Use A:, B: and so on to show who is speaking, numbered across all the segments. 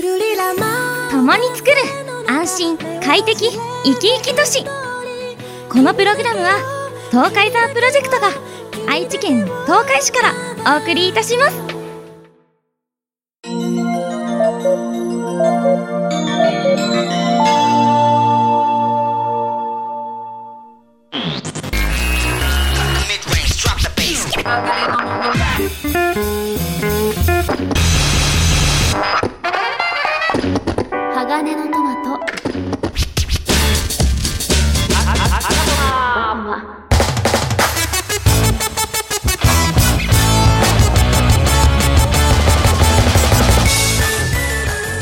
A: 共に作る安心快適生き生き都市このプログラムは東海山プロジェクトが愛知県東海市からお送りいたします鋼のトマト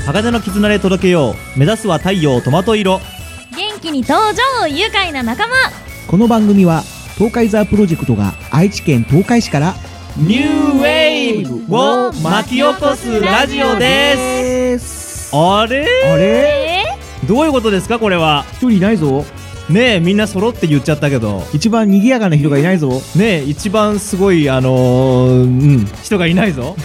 B: 鋼の絆で届けよう目指すは太陽トマト色
A: 元気に登場愉快な仲間
C: この番組は東海ザープロジェクトが愛知県東海市から
B: ニューウェーブを巻き起こすラジオです
C: す
B: あれ
C: あれ
A: え
B: どういうことですかこれは
C: 一人いないぞ
B: ねえみんな揃って言っちゃったけど
C: 一番賑やかな人がいないぞ
B: ねえ一番すごいあのーうん人がいないぞ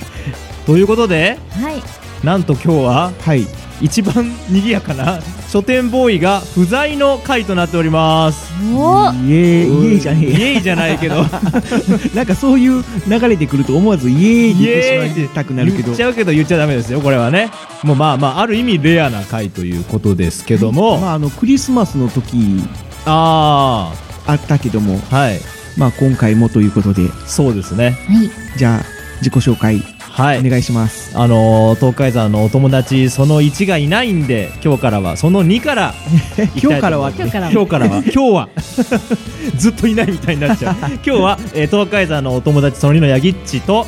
B: ということで
A: ー、はい
B: なんと今日は
C: はい
B: 一番賑やかな書店ボーイが不在の回となっております
A: お
C: イエーイイエーイじゃ
B: イ
C: ね
B: エイじゃないけど
C: え なんかそういう流れてくると思わずイエーイって言ってしまいたくなるけ
B: 言
C: ど
B: っちゃうけど言っちゃダメですよこれはねもうまあまあある意味レアな回ということですけども、
C: まああのクリスマスの時
B: あ
C: あったけども
B: あはい
C: まあ今回もということで
B: そうですね
A: はい
C: じゃあ自己紹介
B: はい
C: お願いします
B: あのー東海山のお友達その1がいないんで今日からはその2から
C: え
B: 行きた
C: 今日
B: いと
C: から
B: 思
C: はいね
A: 今日からは
B: 今日から は今日は ずっといないみたいになっちゃう今日は、えー東海山のお友達その2のヤギッチと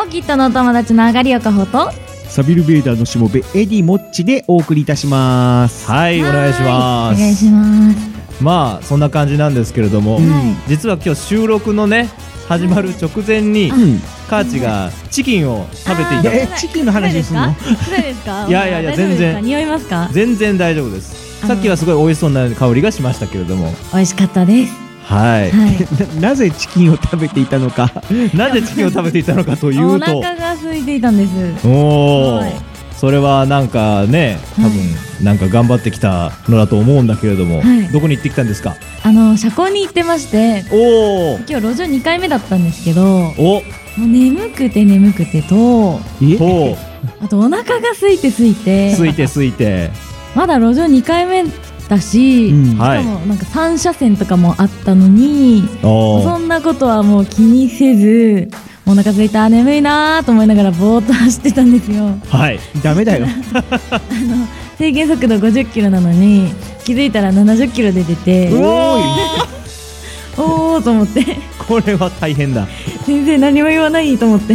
A: オキットのお友達のあがりおかほと
C: サビルベーダーのしもべエディモッチでお送りいたします
B: はいお願いしま
A: お願いし
B: す
A: ます
B: まあそんな感じなんですけれども、
C: うん
A: はい
B: 実は今日収録のね始まる直前に
C: うん
B: カーチがチキンを食べてい
C: や
B: た
C: えチキンの話すんの
A: そうです か
B: いやいやいや
A: 大丈夫ですか
B: 全然
A: 匂いますか
B: 全然大丈夫です
A: あの
B: さっきはすごい美味しそうな香りがしましたけれども
A: 美味しかったです
B: はい
A: はい
C: ななぜチキンを食べていたのか
B: なぜチキンを食べていたのかとい
A: お
B: うと
A: 腹が空いていたんです
B: おお
A: はい
B: それはなんかね多分なんか頑張ってきたのだと思うんだけれども、
A: はい
B: どこに行ってきたんですか
A: あの社交に行ってまして
B: おお
A: 今日路上2回目だったんですけども
B: お
A: う眠くて眠くてと
C: え
B: と
A: あとお腹が空いて空いて
B: すいてすいて
A: まだ路上2回目だし、
C: うん
B: はい
A: しかもなんか3車線とかもあったのに
B: お
A: そ
B: ー
A: んなことはもう気にせずお腹空いた眠いなーと思いながらぼーっと走ってたんですよ
B: はい
C: ダメ だよ
A: 制限速度50キロなのに気づいたら70キロで出て
C: うお
A: おーと思って
B: これは大変だ
A: 全然何も言わないと思って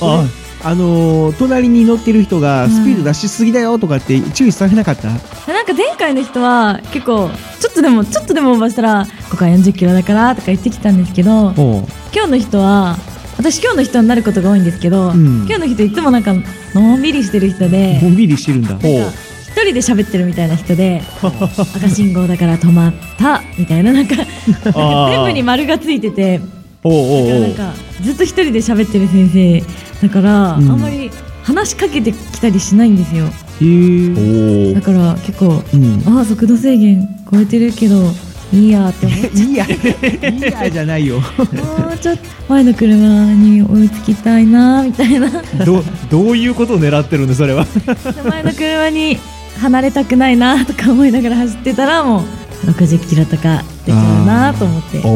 B: あ
C: あのー隣に乗ってる人
A: う
C: が
A: ん
C: スピード出しすぎだよとかって注意されなかった、
A: なんか前回の人は結構ちょっとでもちょっとでもオーバーしたらここは40キロだからとか言ってきたんですけど
C: おう
A: 今日の人は私今日の人になることが多いんですけど、
C: うん
A: 今日の人いつもなんかのんびりしてる人で
C: のんびりしてるんだ
B: ほう
A: 一人で喋ってるみたいな人で赤信号だから止まったみたいななんか
B: あー
A: 全部に丸がついてて
B: おうおうお
A: な
B: うん
A: かずっと一人で喋ってる先生だから、
C: うん
A: あんまり話しかけてきたりしないんですよ
B: お
C: へえ
B: ー
A: だから結構
C: うん
A: ああ速度制限超えてるけどいいやって思っ
C: いいやいいやじゃないよ
A: てもうちょっと前の車に追いつきたいなみたいな
B: どどういうことを狙ってるんでそれは
A: 前の車に離れたくないなとか思いながら走ってたらもう60キロとか出ちゃうなと思って
B: お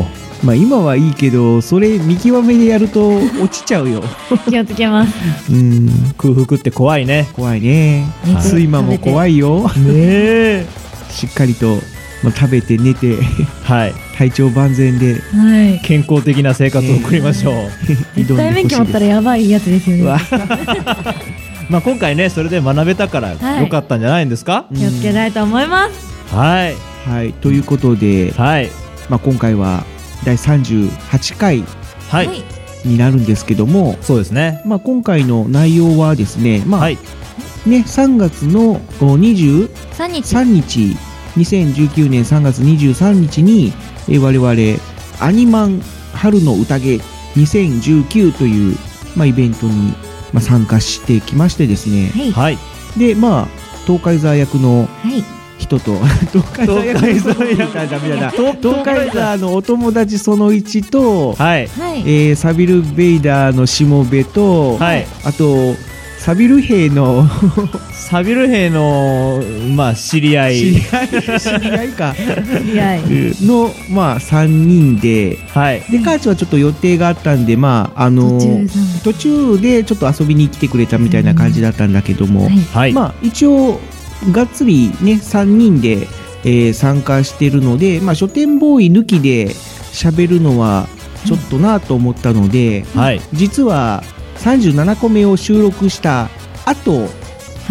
B: お
C: まあ今はいいけどそれ見極めでやると落ちちゃうよ
A: 気をつけます
C: うん
B: 空腹って怖いね
C: 怖いね
A: 肉
C: 睡魔も怖いよ
B: ねえ
C: しっかりと、まあ、食べて寝 て
B: はい
C: 体調万全で
A: はい
B: 健康的な生活を送りましょう、
C: 挑
A: 絶
C: んで
A: 対免
C: ほし
A: 許
C: い
A: 持っ
C: で
A: た
C: す
A: らやばいやつですよ
C: うわ
A: ね
B: まあ今回ねそれで学べたから
A: はい
B: 良かったんじゃないんですか、
A: 気をつけたいと思います
B: はい
C: はいということで、
B: はい
C: まあ、今回は第38回
B: はい、
C: になるんですけども、
B: そうですね
C: まあ、今回の内容はですね、まあ
B: はい
C: ね、3月のお23
A: 3日
C: 日2019年3月23日に、えー我々アニマン春の宴2019という、まあ、イベントにまあ、参加してきましてですね、
D: はい
E: はい。
C: でまあ東海座役
D: は
C: の
D: い
C: 人と東海座役の人と
E: 東海座役
C: ダメだダメだな
E: 東
C: 東海座のお友達その1と、
E: はい。
D: はい
C: えーサビル・ベイダーのしもべと、
E: はい。
C: あとサビル兵の
E: サビル兵の、まあ、知り合い。
C: 知り合い、知り合い
D: は
C: か
D: い
C: の、まあ、3人で
E: はい。
C: でカーチはちょっと予定があったんで、まああ
D: 途
C: の
D: 中さん
C: 途中でちょっと遊びに来てくれたみたいな感じだったんだけども、
D: はい
E: はい。
C: まあ、一応がっつりね3人で、えー参加してるので、まあ、書店ボーイ抜きで喋るのはちょっとなと思ったので、
E: はい。
C: 実は37個目を収録した後
D: は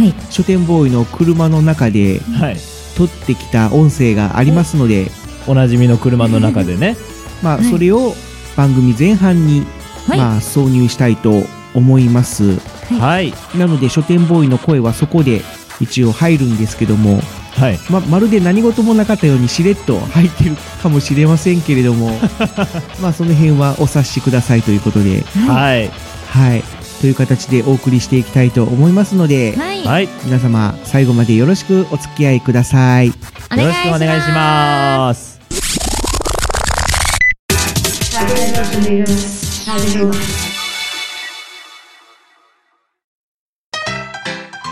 D: い
C: 書店ボーイの車の中で
E: はい。
C: 撮ってきた音声がありますので、
E: おなじみの車の中でね。
C: まあ、
D: はい
C: それを番組前半に、
D: はい
C: まあ、挿入したいと思います
E: はい。
C: なので書店ボーイの声はそこで一応入るんですけども
E: はい。
C: ままるで何事もなかったようにしれっと入ってるかもしれませんけれ どもまあその辺はお察しくださいということで
E: はい。
C: はいという形でお送りしていきたいと思いますので
D: はい
E: はい。よ
C: 皆様最後までよろしくお付き合いください
D: お願
E: ろ
D: い
E: し
D: し
E: くお
D: ます
E: 願いします。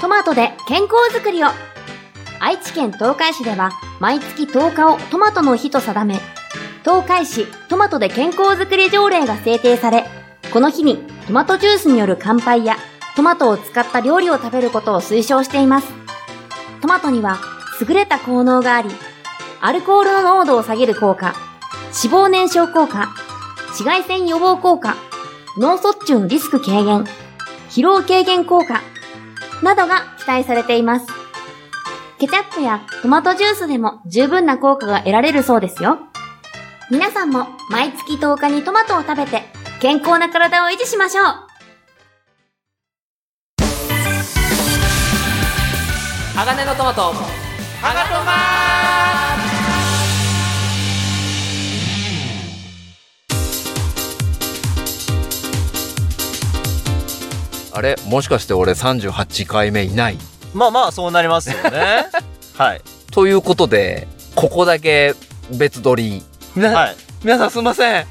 F: トマトで健康づくりを愛知県東海市では毎月10日をトマトの日と定め、東海市トマトで健康づくり条例が制定され、この日にトマトジュースによる乾杯やトマトを使った料理を食べることを推奨しています。トマトには優れた効能があり、アルコールの濃度を下げる効果、脂肪燃焼効果、紫外線予防効果、脳卒中のリスク軽減、疲労軽減効果、などが期待されています。ケチャップやトマトジュースでも十分な効果が得られるそうですよ。皆さんも毎月10日にトマトを食べて健康な体を維持しましょう
G: 鋼のトマト鋼トマ
H: あれもしかして俺38回目いない
B: まあまあそうなりますよねはい
H: ということで、ここだけ別撮り。皆さん、
B: はい
H: 皆さんすいません。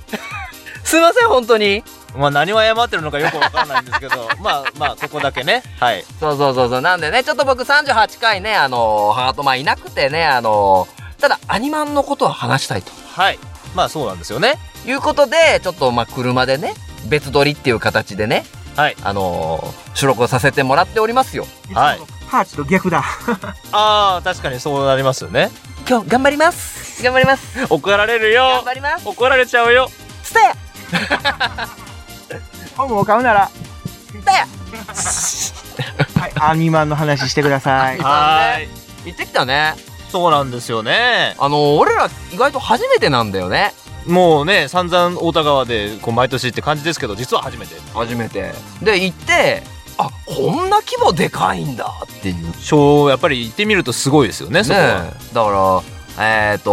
H: すいません、本当に。
B: まあ何を謝ってるのかよくわからないんですけ どまあまあここだけねはい
H: そうそうそうそう。なんでね、ちょっと僕38回ね、あのー、ハートマンいなくてね、あのー、ただアニマンのことは話したいと
B: はいまあそうなんですよね
H: いうことで、ちょっとまあ車でね、別撮りっていう形でね、
B: はい
H: あのー、収録をさせてもらっておりますよ。
B: はい
C: ハーチと逆だ
B: ああ確かにそうなりますよね
H: 今日頑張ります。頑張ります。
B: 怒られる
H: 頑
B: よ
H: 張ります。
B: 怒られちゃうよ
H: スタヤ
C: 本を買うなら
H: スタヤ
C: はいアニマンの話してください
B: はーい
H: 行ってきたね。
B: そうなんですよね
H: あのー、俺ら意外と初めてなんだよね。
B: もうね散々太田川でこう毎年って感じですけど実は初めて
H: 初めてで行ってあこんな規模でかいんだっていうね
B: 小やっぱり行ってみるとすごいですよね
H: え
B: そこは、
H: だからえっ、と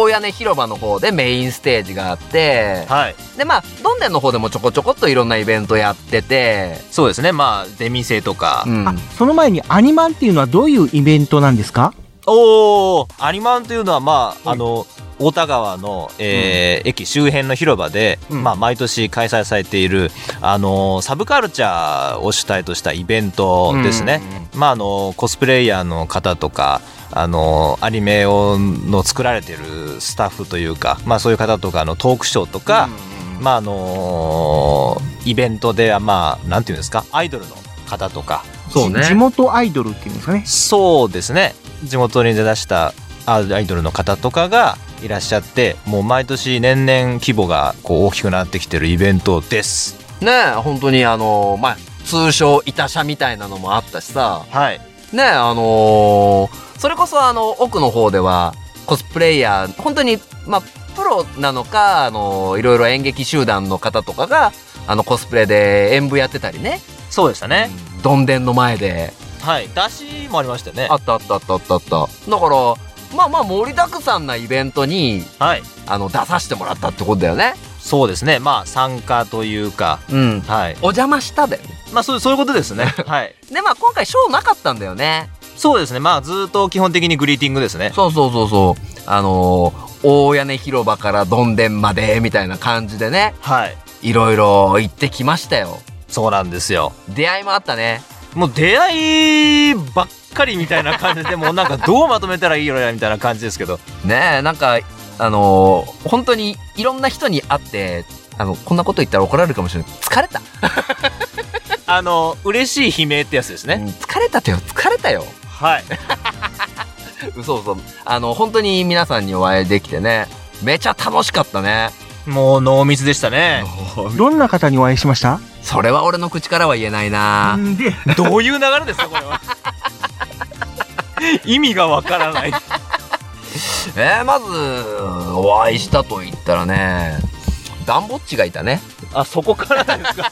H: 大屋根広場の方でメインステージがあって
B: はい
H: でまあどんでんの方でもちょこちょこっといろんなイベントやってて
B: そうですねまあ出店とか、
H: うん
C: あその前にアニマンっていうのはどういうイベントなんですか
B: おおアニマンというのはまあ、あの太田川の、えー駅周辺の広場で、
H: うん
B: まあ、毎年開催されている、あのサブカルチャーを主体としたイベントですね、まあ、あのコスプレイヤーの方とかあのアニメをの作られてるスタッフというか、まあ、そういう方とかのトークショーとか、まああのイベントではまあなんていうんですかアイドルの方とか
H: そうね
C: 地元アイドルっていうんですかね
B: そうですね地元に出だしたあアイドルの方とかがいらっしゃってもう毎年年々規模がこう大きくなってきてるイベントです
H: ねえ本当にあのまあ通称いたしゃみたいなのもあったしさ
B: はい
H: ねえあのーそれこそあの奥の方ではコスプレイヤー本当にまあプロなのかあのーいろいろ演劇集団の方とかがあのコスプレで演舞やってたりね
B: そうでしたね、
H: どんでんの前で
B: はい出しもありましたよね
H: あったあったあったあったあっただからまあまあ盛りだくさんなイベントに
B: はい
H: あの出させてもらったってことだよね
B: そうですねまあ参加というか
H: うん。
B: はい
H: お邪魔したで。
B: まあそうそういうことですね はい
H: で、まあ今回ショーなかったんだよね。
B: そうですねまあずっと基本的にグリーティングですね
H: そうそうそうそう。あのー大屋根広場からどんでんまで、みたいな感じでね、
B: はい
H: いろいろ行ってきましたよ。
B: そうなんですよ
H: 出会いもあったね。
B: もう出会いばっかりみたいな感じでもうなんかどうまとめたらいいのやみたいな感じですけど
H: ねえ、なんか、あのー本当にいろんな人に会って、あの、こんなこと言ったら怒られるかもしれない。疲れた。
B: あの嬉しい悲鳴ってやつですね、
H: うん疲れたってよ。疲れたよ。
B: はい
H: 嘘嘘。あの、本当に皆さんにお会いできてね、めちゃ楽しかったね。
B: もう濃密でしたね
I: どんな方にお会いしました
H: それは俺の口からは言えないな。
I: んで、
B: どういう流れですかこれ は意味がわからない
H: えー、まず、お会いしたと言ったらね、ダンボッチがいたね。
B: あそこからですか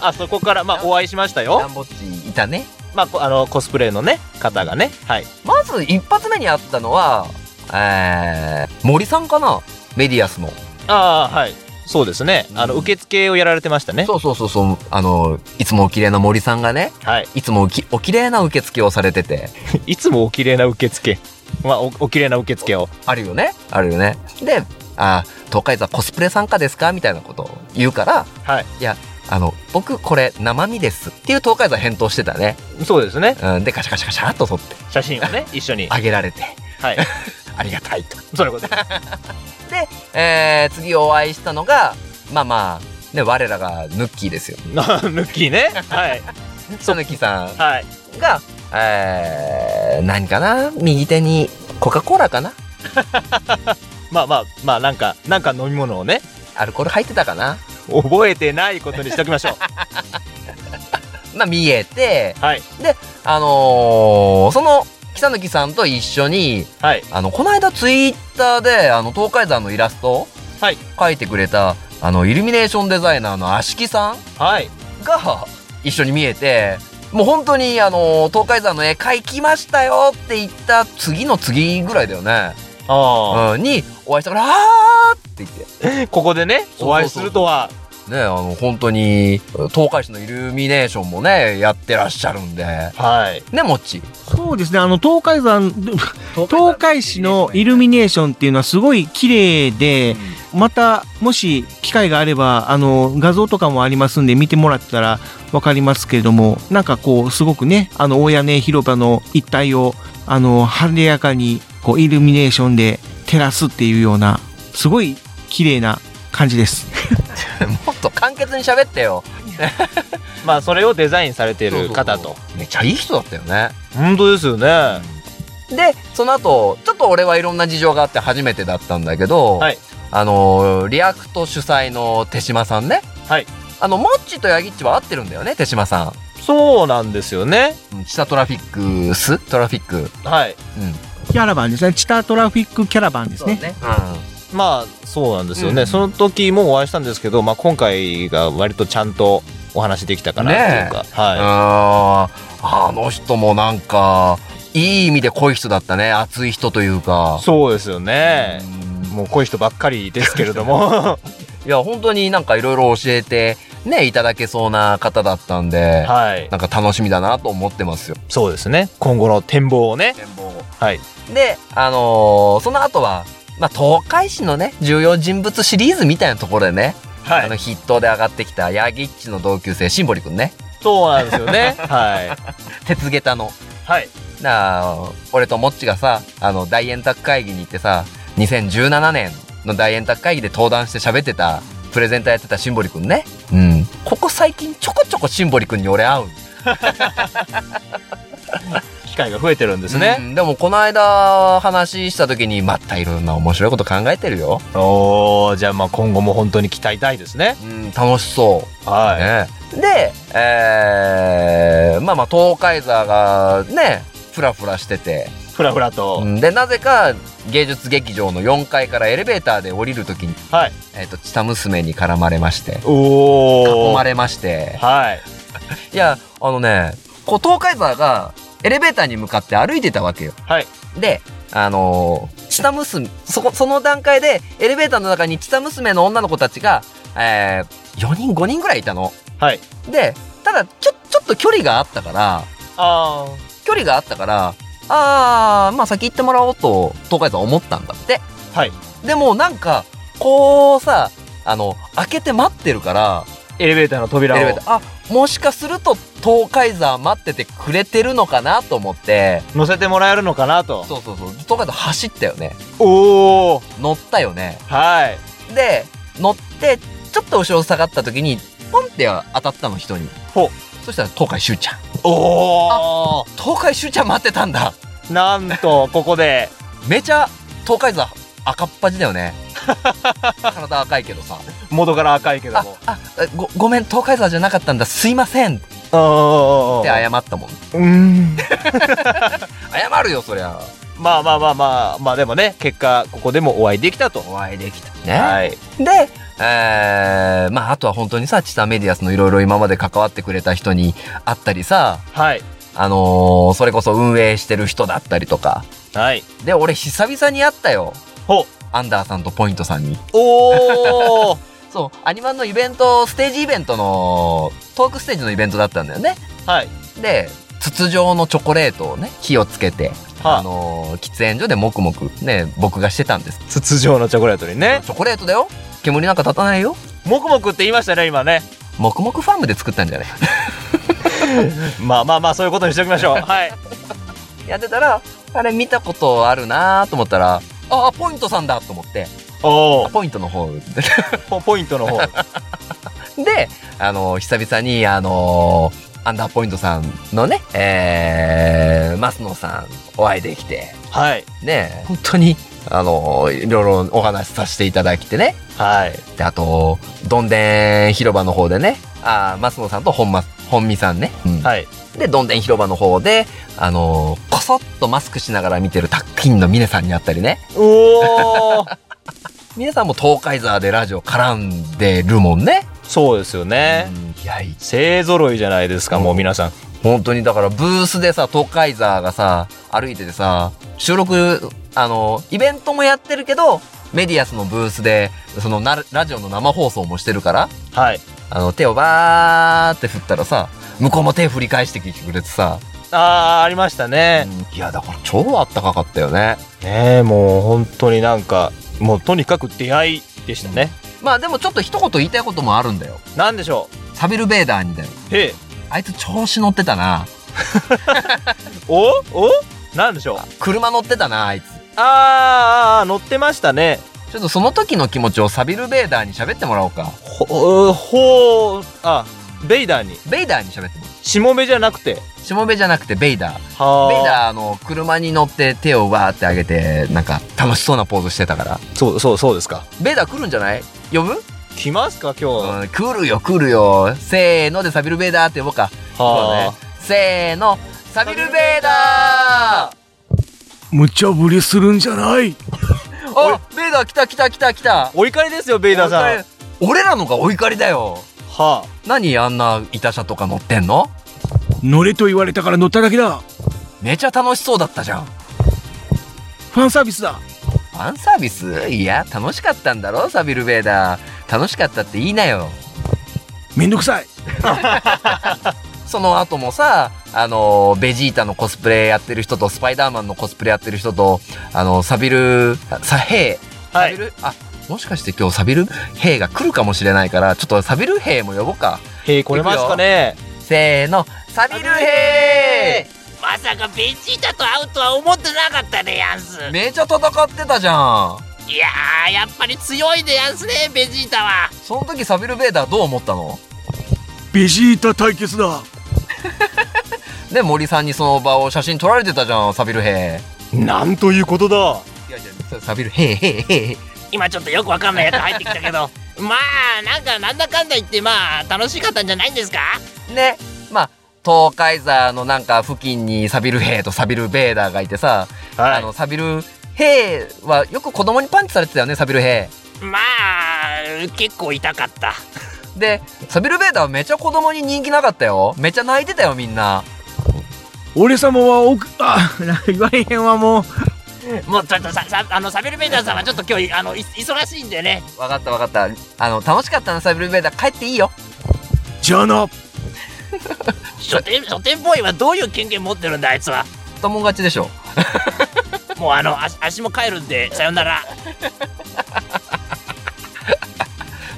B: あそこからまあお会いしました
H: ダ
B: よ、
H: ンボッチいたね。
B: まあこ、あのコスプレのね方がねはい
H: まず一発目に会ったのは、えー、森さんかなメディアスの。
B: ああはいそうですねあの受付をやられてましたね
H: そうそうそうそう、あの、いつもお綺麗な森さんがね、
B: はい
H: いつもおきお綺麗な受付をされてて、
B: いつもお綺麗な受付まあおお綺麗な受付を
H: あるよねあるよね。で、あ、東海座コスプレ参加ですかみたいなことを言うから、
B: はい。
H: いや、あの、僕これ生身ですっていう東海座返答してたね。
B: そうですね
H: うん、で、カシャカシャカシャっと撮って、
B: 写真を ね一緒に
H: あげられて、
B: はい
H: ありがたいと。
B: そう いうことです
H: えー、次お会いしたのが、まあまあ、ね、我らがヌッキーですよ。
B: あヌッキーねはい
H: そヌッキーさ
B: はい
H: んが、えー、何かな右手にコカ・コーラかな
B: まあまあまあなんかなんか飲み物をね
H: アルコール入ってたかな
B: 覚えてないことにしときましょう
H: まあ見えて、
B: はい
H: あのーその、北貫さんと一緒に、
B: はい
H: あの、この間ツイッターで、あの、東海山のイラスト、
B: はい
H: 描いてくれた、あの、イルミネーションデザイナーの足木さん
B: はい
H: が、一緒に見えて、もう本当に、あのー東海山の絵描きましたよって言った次の次ぐらいだよね。
B: ああ、
H: うん、に、お会いしたから、あーって言って。
B: ここでねお会いするとは
H: ね、あの、本当に、東海市のイルミネーションもね、やってらっしゃるんで。
B: はい
H: ね、もっ ち。
I: そうですね、あの、東海山、東海市のイルミネーションっていうのはすごい綺麗で、また、もし機会があれば、あの、画像とかもありますんで見てもらったらわかりますけれども、なんかこう、すごくね、あの、大屋根広場の一帯を、あの、晴れやかに、こう、イルミネーションで照らすっていうような、すごい綺麗な感じです。
H: もっと簡潔に喋ってよ。
B: まあそれをデザインされている方
H: そう
B: と
H: そうそうめっちゃいい人だったよね。
B: 本当ですよねは
H: で、その後、ちょっと俺はいろんな事情があって初めてだったんだけど、
B: はい
H: あの、リアクト主催の手島さんね。
B: はい。
H: あの、もっちとヤギっちは合ってるんだよね、手島さ
B: そうなんですよね
H: んうん。下トラフィックストラフィック。
B: はい
H: うん。
I: キャラバンですね。チタトラフィックキャラバンですね。
H: う
B: まあそうなんですよね、
H: うん
B: その時もお会いしたんですけど、まあ、今回が割とちゃんとお話できたかなっていうか、
H: ん。
B: は
H: あーあの人もなんか、いい意味で濃い人だったね。熱い人という
B: い、
H: か。
B: そうですよね、
H: うん
B: もうこういう人ばっかりですけれど も
H: いや、本当になんかいろいろ教えて、ね、いただけそうな方だったんで、
B: はい
H: なんか楽しみだなと思ってますよ。
B: そうですね今後の展望をね
H: 展望
B: はい
H: で、あのーその後は、まあ、東海市のね、重要人物シリーズみたいなところでね、
B: は
H: あの、
B: い
H: 筆頭で上がってきた、ヤギッチの同級生、シンボリ君ね、
B: そうなんですよねはい
H: 鉄下駄の。
B: はい
H: なあ、俺とモッチがさ、あの、大円卓会議に行ってさ、2017年の大円卓会議で登壇して喋ってた、プレゼンターやってたシンボリ君ね。うん。ここ最近ちょこちょこシンボリ君に俺会うん
B: 機会が増えてるんですね、
H: うんでもこの間話した時にまたいろんな面白いこと考えてるよ。
B: おおじゃあまあ今後も本当に期待大ですね
H: うん、楽しそ
B: は
H: う。
B: い、
H: ね、で、えー、まあまあ東海座がね、ふらふらしてて、
B: ふらふらと、
H: うんで、なぜか芸術劇場の4階からエレベーターで降りる時に、
B: はい
H: えっ、と、チタ娘に絡まれまして、
B: お
H: 囲
B: お
H: まれまして、
B: はい
H: いや、あのね、こう東海座がエレベーターに向かって歩いてたわけよ。
B: はい
H: で、あのー下娘そこその段階でエレベーターの中に下娘の女の子たちが、えー、4人5人ぐらいいたの。
B: はい
H: でただちょちょっと距離があったから
B: ああ
H: 距離があったからあーまあ先行ってもらおうと東海さん思ったんだって。
B: はい
H: でもなんかこうさあの開けて待ってるから。
B: エレベーターの扉を
H: エレベーターあもしかすると東海山待っててくれてるのかなと思って
B: 乗せてもらえるのかなと
H: そうそうそう東海山走ったよね
B: おお
H: 乗ったよね
B: はい
H: で乗ってちょっと後ろ下がった時にポンって当たったの人に
B: ほう
H: そしたら東海しゅうちゃん
B: おお
H: 東海しゅうちゃん待ってたんだ
B: なんとここで
H: めちゃ東海山赤っ端だよ ね体赤いけどさ
B: 元から赤いけども
H: あえごごめん東海山じゃなかったんだすいませんって
B: あ
H: 謝ったもん
B: うん
H: 謝るよそりゃ
B: まあまあまあまあまあでもね結果ここでもお会いできたと
H: お会いできたね、
B: はい
H: で、えー、まああとは本当にさチタメディアスのいろいろ今まで関わってくれた人に会ったりさ
B: はい
H: あのーそれこそ運営してる人だったりとか
B: はい
H: で俺久々に会ったよ
B: ほう
H: アンダーさんとポイントさんに
B: おお
H: そうアニマンのイベントステージイベントのトークステージのイベントだったんだよね
B: はい
H: で筒状のチョコレートをね火をつけて、
B: は
H: あのー喫煙所でもくもくね僕がしてたんです
B: 筒状のチョコレートにね
H: チョコレートだよ煙なんか立たないよ
B: もくもくって言いましたね今ね
H: もくもくファームで作ったんじゃない
B: まあまあまあそういうことにしておきましょう はい
H: やってたら、あれ見たことあるなと思ったら、ああ、ポイントさんだと思って、
B: お
H: あポイントの方 で、
B: おポイントの方
H: であの、久々に、あのアンダーポイントさんのね、えー、マスノさんお会いできて、
B: はい
H: ね、本当に、あのいろいろお話しさせていただきてね、
B: はい
H: であと、どんでん広場の方でね、あーマスノさんと本間、本美さんね、うん
B: はい
H: で、どんでん広場の方で、あのこそっとマスクしながら見てるタッキンの峰さんに会ったりね、
B: おお
H: 皆さんも東海沢でラジオ絡んでるもんね。
B: そうですよね
H: いや、い
B: 勢ぞろいじゃないですかもう皆さん
H: 本当にだからブースでさ、東海沢がさ、歩いててさ、収録、あの、イベントもやってるけど、メディアスのブースで、そのなラジオの生放送もしてるから、
B: はい
H: あの、手をバーって振ったらさ、向こうも手振り返してきてくれてさ、
B: ああーありましたね
H: いや、だから超あったかかったよね。
B: ねえもう本当になんかもうとにかく出会いでしたね
H: まあでもちょっと一言言いたいこともあるんだよ。
B: なんでしょ
H: サビルベーダーにだよ。
B: うへえ
H: あいつ調子乗ってたな。
B: おおなんでしょう
H: 車乗ってたな、あいつ。
B: あーあーあー乗ってましたね
H: ちょっとその時の気持ちをサビル・ベイダーに喋ってもらおうか。
B: ほほうあベイダーに
H: ベイダーに喋ってもらお
B: しもべじゃなくて
H: う。しもべじゃなくてベイダー。
B: は
H: ベイダーあの車に乗って手をわーって上げて、なんか楽しそうなポーズしてたから。
B: そうそうそうですか
H: ベイダー来るんじゃない呼ぶ、
B: 来ますか今
H: うん、来るよ来るよ。せーのでサビル・ベイダーって呼ぼうか。
B: 日は
H: そうね。せーの、サビル・ベイダー
I: 無茶ぶりするんじゃない
H: あベイダー来た来た来た来た。
B: お怒りですよベイダーさんは
H: 俺らのがお怒りだよ。
B: あ
H: 何あんな板車とか乗ってんの
I: 乗れと言われたから乗っただけだ
H: めちゃ楽しそうだったじゃん。
I: ファンサービスだ
H: ファンサービスいや楽しかったんだろサビル・ベーダー楽しかったって言いなよ
I: めんどくさい
H: その後もさあのベジータのコスプレやってる人とスパイダーマンのコスプレやってる人とあのサビルサヘイサ
B: は
H: ビ
B: い
H: ル、あもしかして今日サビルヘイが来るかもしれないからちょっとサビルヘイも呼ぼうか
B: へえ来れますかね
H: せーのサビルヘ
J: まさかベジータと会うとは思ってなかったでやんす
H: イめちゃ戦ってたじゃん
J: いやーやっぱり強いでやんすねベジータは
H: その時サビル・ベーダーどう思ったの
I: ベジータ対決だ
H: で森さんにその場を写真撮られてたじゃんサビルヘイ
B: なんということだ
H: いやいやサビルヘイヘイヘイヘイ
J: 今ちょっとよくわかんないやつ入ってきたけど まあなんかなんだかんだ言ってまあ楽しかったんじゃないんですか
H: ね、まあ、東海座のなんか付近にサビル兵とサビルベーダーがいてさ、
B: は
H: あ
B: い
H: の、サビル兵はよく子供にパンチされてたよね、サビル兵。
J: まあ結構痛かった
H: で、サビルベーダーはめちゃ子供に人気なかったよ。めちゃ泣いてたよ、みんな。
I: 俺様は奥あ言われへんわもう
J: もうちょっとささあのサビルベイダーさんはちょっと今日あのい忙しいんでね
H: わかったわかった。あの、楽しかったな、サイブルベーダー。帰っていいよ。
C: じゃあな
J: 書店書店ボーイはどういう権限持ってるんだあいつは
H: ともん勝ちでしょ。
J: もうあの足足も帰るんでさよなら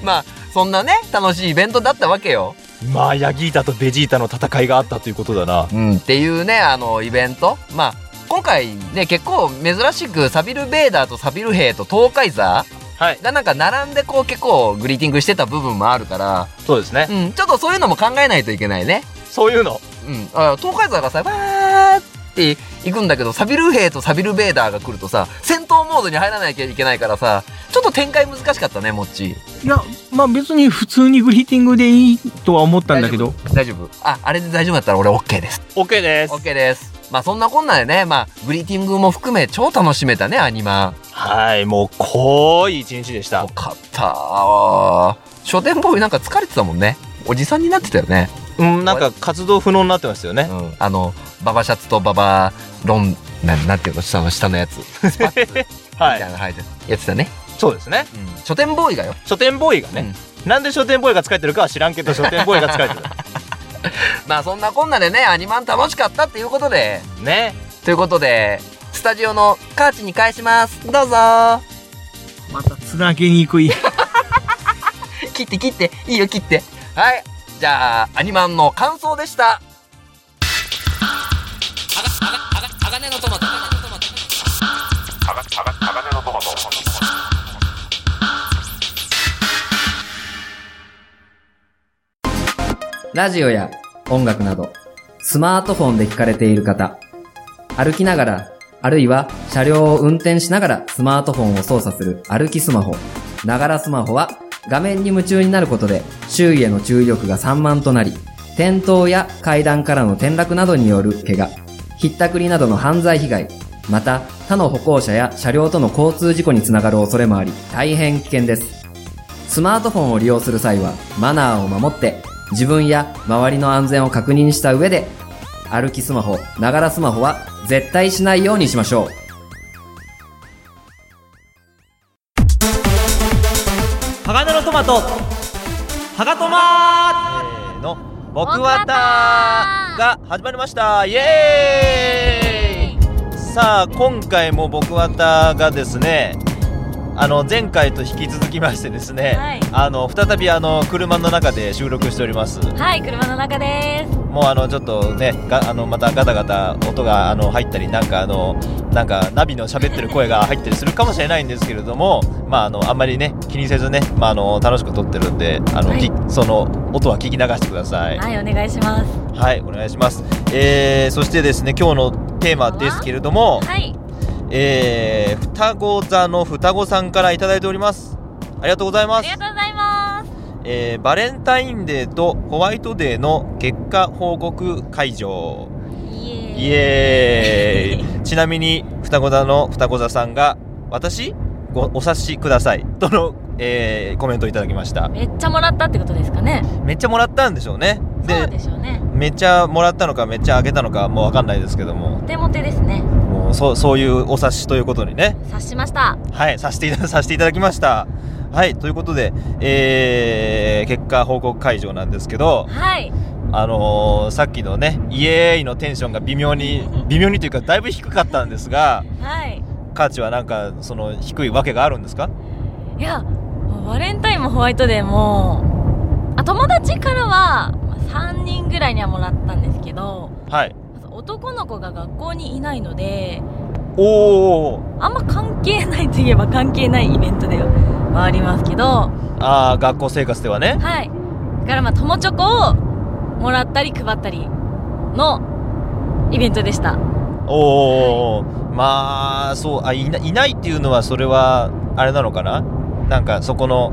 H: まあ、そんなね、楽しいイベントだったわけよ。
B: まあヤギータとベジータの戦いがあったということだな
H: うん、っていうね、あの、イベント。まあ、今回ね、結構珍しくサビルベーダーとサビル兵と東海座
B: はい
H: がなんか並んでこう結構グリーティングしてた部分もあるから、
B: そうですね
H: うん、ちょっとそういうのも考えないといけないね。
B: そういうの
H: うん、あ東海座がさ、わーって行くんだけど、サビル兵とサビルベーダーが来るとさ、戦闘モードに入らなきゃいけないからさ、ちょっと展開難しかったね、もっち。
C: いやまあ別に普通にグリーティングでいいとは思ったんだけど
H: 大丈夫あ、あれで大丈夫だったら俺 OK です。
B: OK です
H: OK です。まあそんなこんなでね、まあグリーティングも含め超楽しめたね、アニマ。
B: はいもう濃い一日でした
H: よかったわ書店ボーイなんか疲れてたもんね。おじさんになってたよね。
B: うんなんか活動不能になってますよね
H: うん。あの、ババシャツとババロン、ななんていうの下の下のやつ。スパッツみた
B: は
H: いないの履いてやってたね。
B: そうですね
H: うん。書店ボーイがよ。
B: 書店ボーイがね、なんで書店ボーイが疲れてるかは知らんけど書店ボーイが疲れて る
H: まあそんなこんなでね、アニマン楽しかったっていうことで、
B: ね
H: ということで、スタジオのカーチに返します。どうぞー
C: またつなげにくい
H: 切って切っていいよ切ってはいじゃあアニマンの感想でした
K: あがねのトマト
L: ラジオや音楽など、スマートフォンで聞かれている方、歩きながら、あるいは車両を運転しながらスマートフォンを操作する歩きスマホ、ながらスマホは画面に夢中になることで周囲への注意力が散漫となり、転倒や階段からの転落などによる怪我、ひったくりなどの犯罪被害、また他の歩行者や車両との交通事故につながる恐れもあり、大変危険です。スマートフォンを利用する際はマナーを守って自分や周りの安全を確認した上で歩きスマホ、ながらスマホは絶対しないようにしましょう。
M: 鋼のトマトハガトマ
B: せーの僕はたが始まりましたイエーイさあ今回も僕はたがですねあの前回と引き続きましてですね、
A: はい
B: あの再びあの車の中で収録しております
A: はい、車の中です。
B: もうあのちょっとねがあのまたガタガタ音があの入ったりなんかあのなんかナビの喋ってる声が入ったりするかもしれないんですけれどもまああのあんまりね気にせずねまああの楽しく撮ってるんであの、
A: はい
B: きその音は聞き流してください
A: はい、お願いします。
B: はい、お願いします。えー、そしてですね、今日のテーマですけれども、
A: はい、
B: えー、双子座の双子さんからいただいております。ありがとうござい
A: あ
B: ま
A: り
B: す
A: が。とうございます。
B: えー、バレンタインデーとホワイトデーの結果報告会場。イ
A: イエーイ。
B: エーイ。ちなみに、双子座の双子座さんが、私ご、お察しください。との、えー、コメントをいただきました。
A: めっちゃもらったってことですかね。
B: めっちゃもらったんでしょうね。
A: そう
B: で、
A: でしょうね。
B: めっちゃもらったのかめっちゃあげたのかもうわかんないですけども。
A: モテモテですね。
B: もうそうそういうお察しということにね、
A: 察しました。
B: はい、させていた させていただきました。はい、ということで、えー結果報告会場なんですけど、
A: はい、
B: あのーさっきのね、イエーイのテンションが微妙に、微妙にというか、だいぶ低かったんですが、
A: はい。
B: カーチはなんか、その、低いわけがあるんですか
A: いや、もうバレンタインもホワイトデーも、あ友達からはまあ3人ぐらいにはもらったんですけど、
B: はい。
A: まず男の子が学校にいないので、
B: おー、
A: あんま関係ないといえば関係ないイベントではありますけど、
B: あー、学校生活ではね、
A: はい。だからまあ、友チョコをもらったり配ったりのイベントでした。
B: おー、まあ、そう、あいな、いないっていうのは、それは、あれなのかななんか、そこの、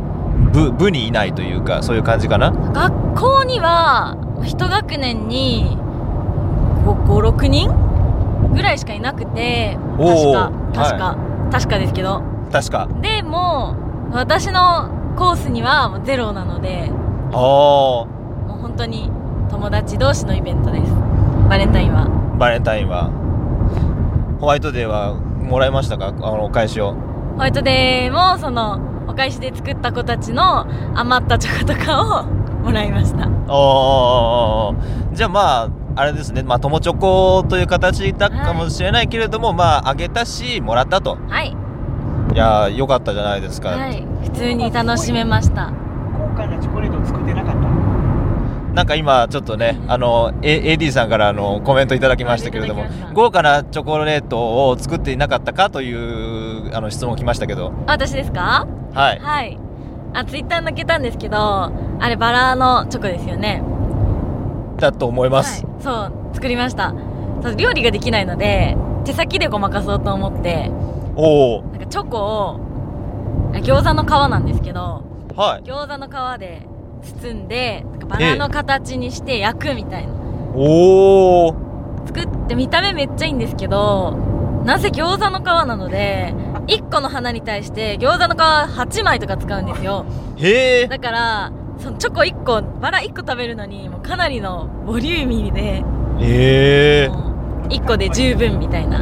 B: 部、部にいないというか、そういう感じかな
A: 学校には、一学年に5、5、6人ぐらいしかいなくて、確
B: お
A: か
B: ー、
A: 確か、確かですけど。
B: 確か。
A: でも、私のコースにはもうゼロなので、
B: あ
A: もう本当に友達同士のイベントです。バレンタインは。
B: あ、バレンタインは。ホワイトデーはもらいましたかあのお返しを
A: ホワイトデーもそのお返しで作った子たちの余ったチョコとかをもらいまし
B: おーお
A: た
B: ーおーおーじゃあまああれですねまあ友チョコという形だかもしれないけれども、まああげたしもらったと
A: はい
B: いやーよかったじゃないですか、
A: はい普通に楽しめました
N: 高価なチョコレートを作ってなかった
B: なんか今ちょっとねあの、A、AD さんからあのコメントいただきましたけれども豪華なチョコレートを作っていなかったかというあの質問来ましたけど
A: 私ですか
B: はい
A: はいあツイッター抜けたんですけどあれバラのチョコですよね
B: だと思います、
A: そう作りましたそう料理ができないので手先でごまかそうと思って
B: おお
A: なんかチョコをあ餃子の皮なんですけど
B: はい
A: 餃子の皮で包んでなんかバラの形にして焼くみたいな
B: おお
A: 作って見た目めっちゃいいんですけどなぜ餃子の皮なので1個の花に対して餃子の皮8枚とか使うんで すよ
B: へえ
A: だからそのチョコ1個バラ1個食べるのにもうかなりのボリューミーで
B: ええ
A: 1個で十分みたいな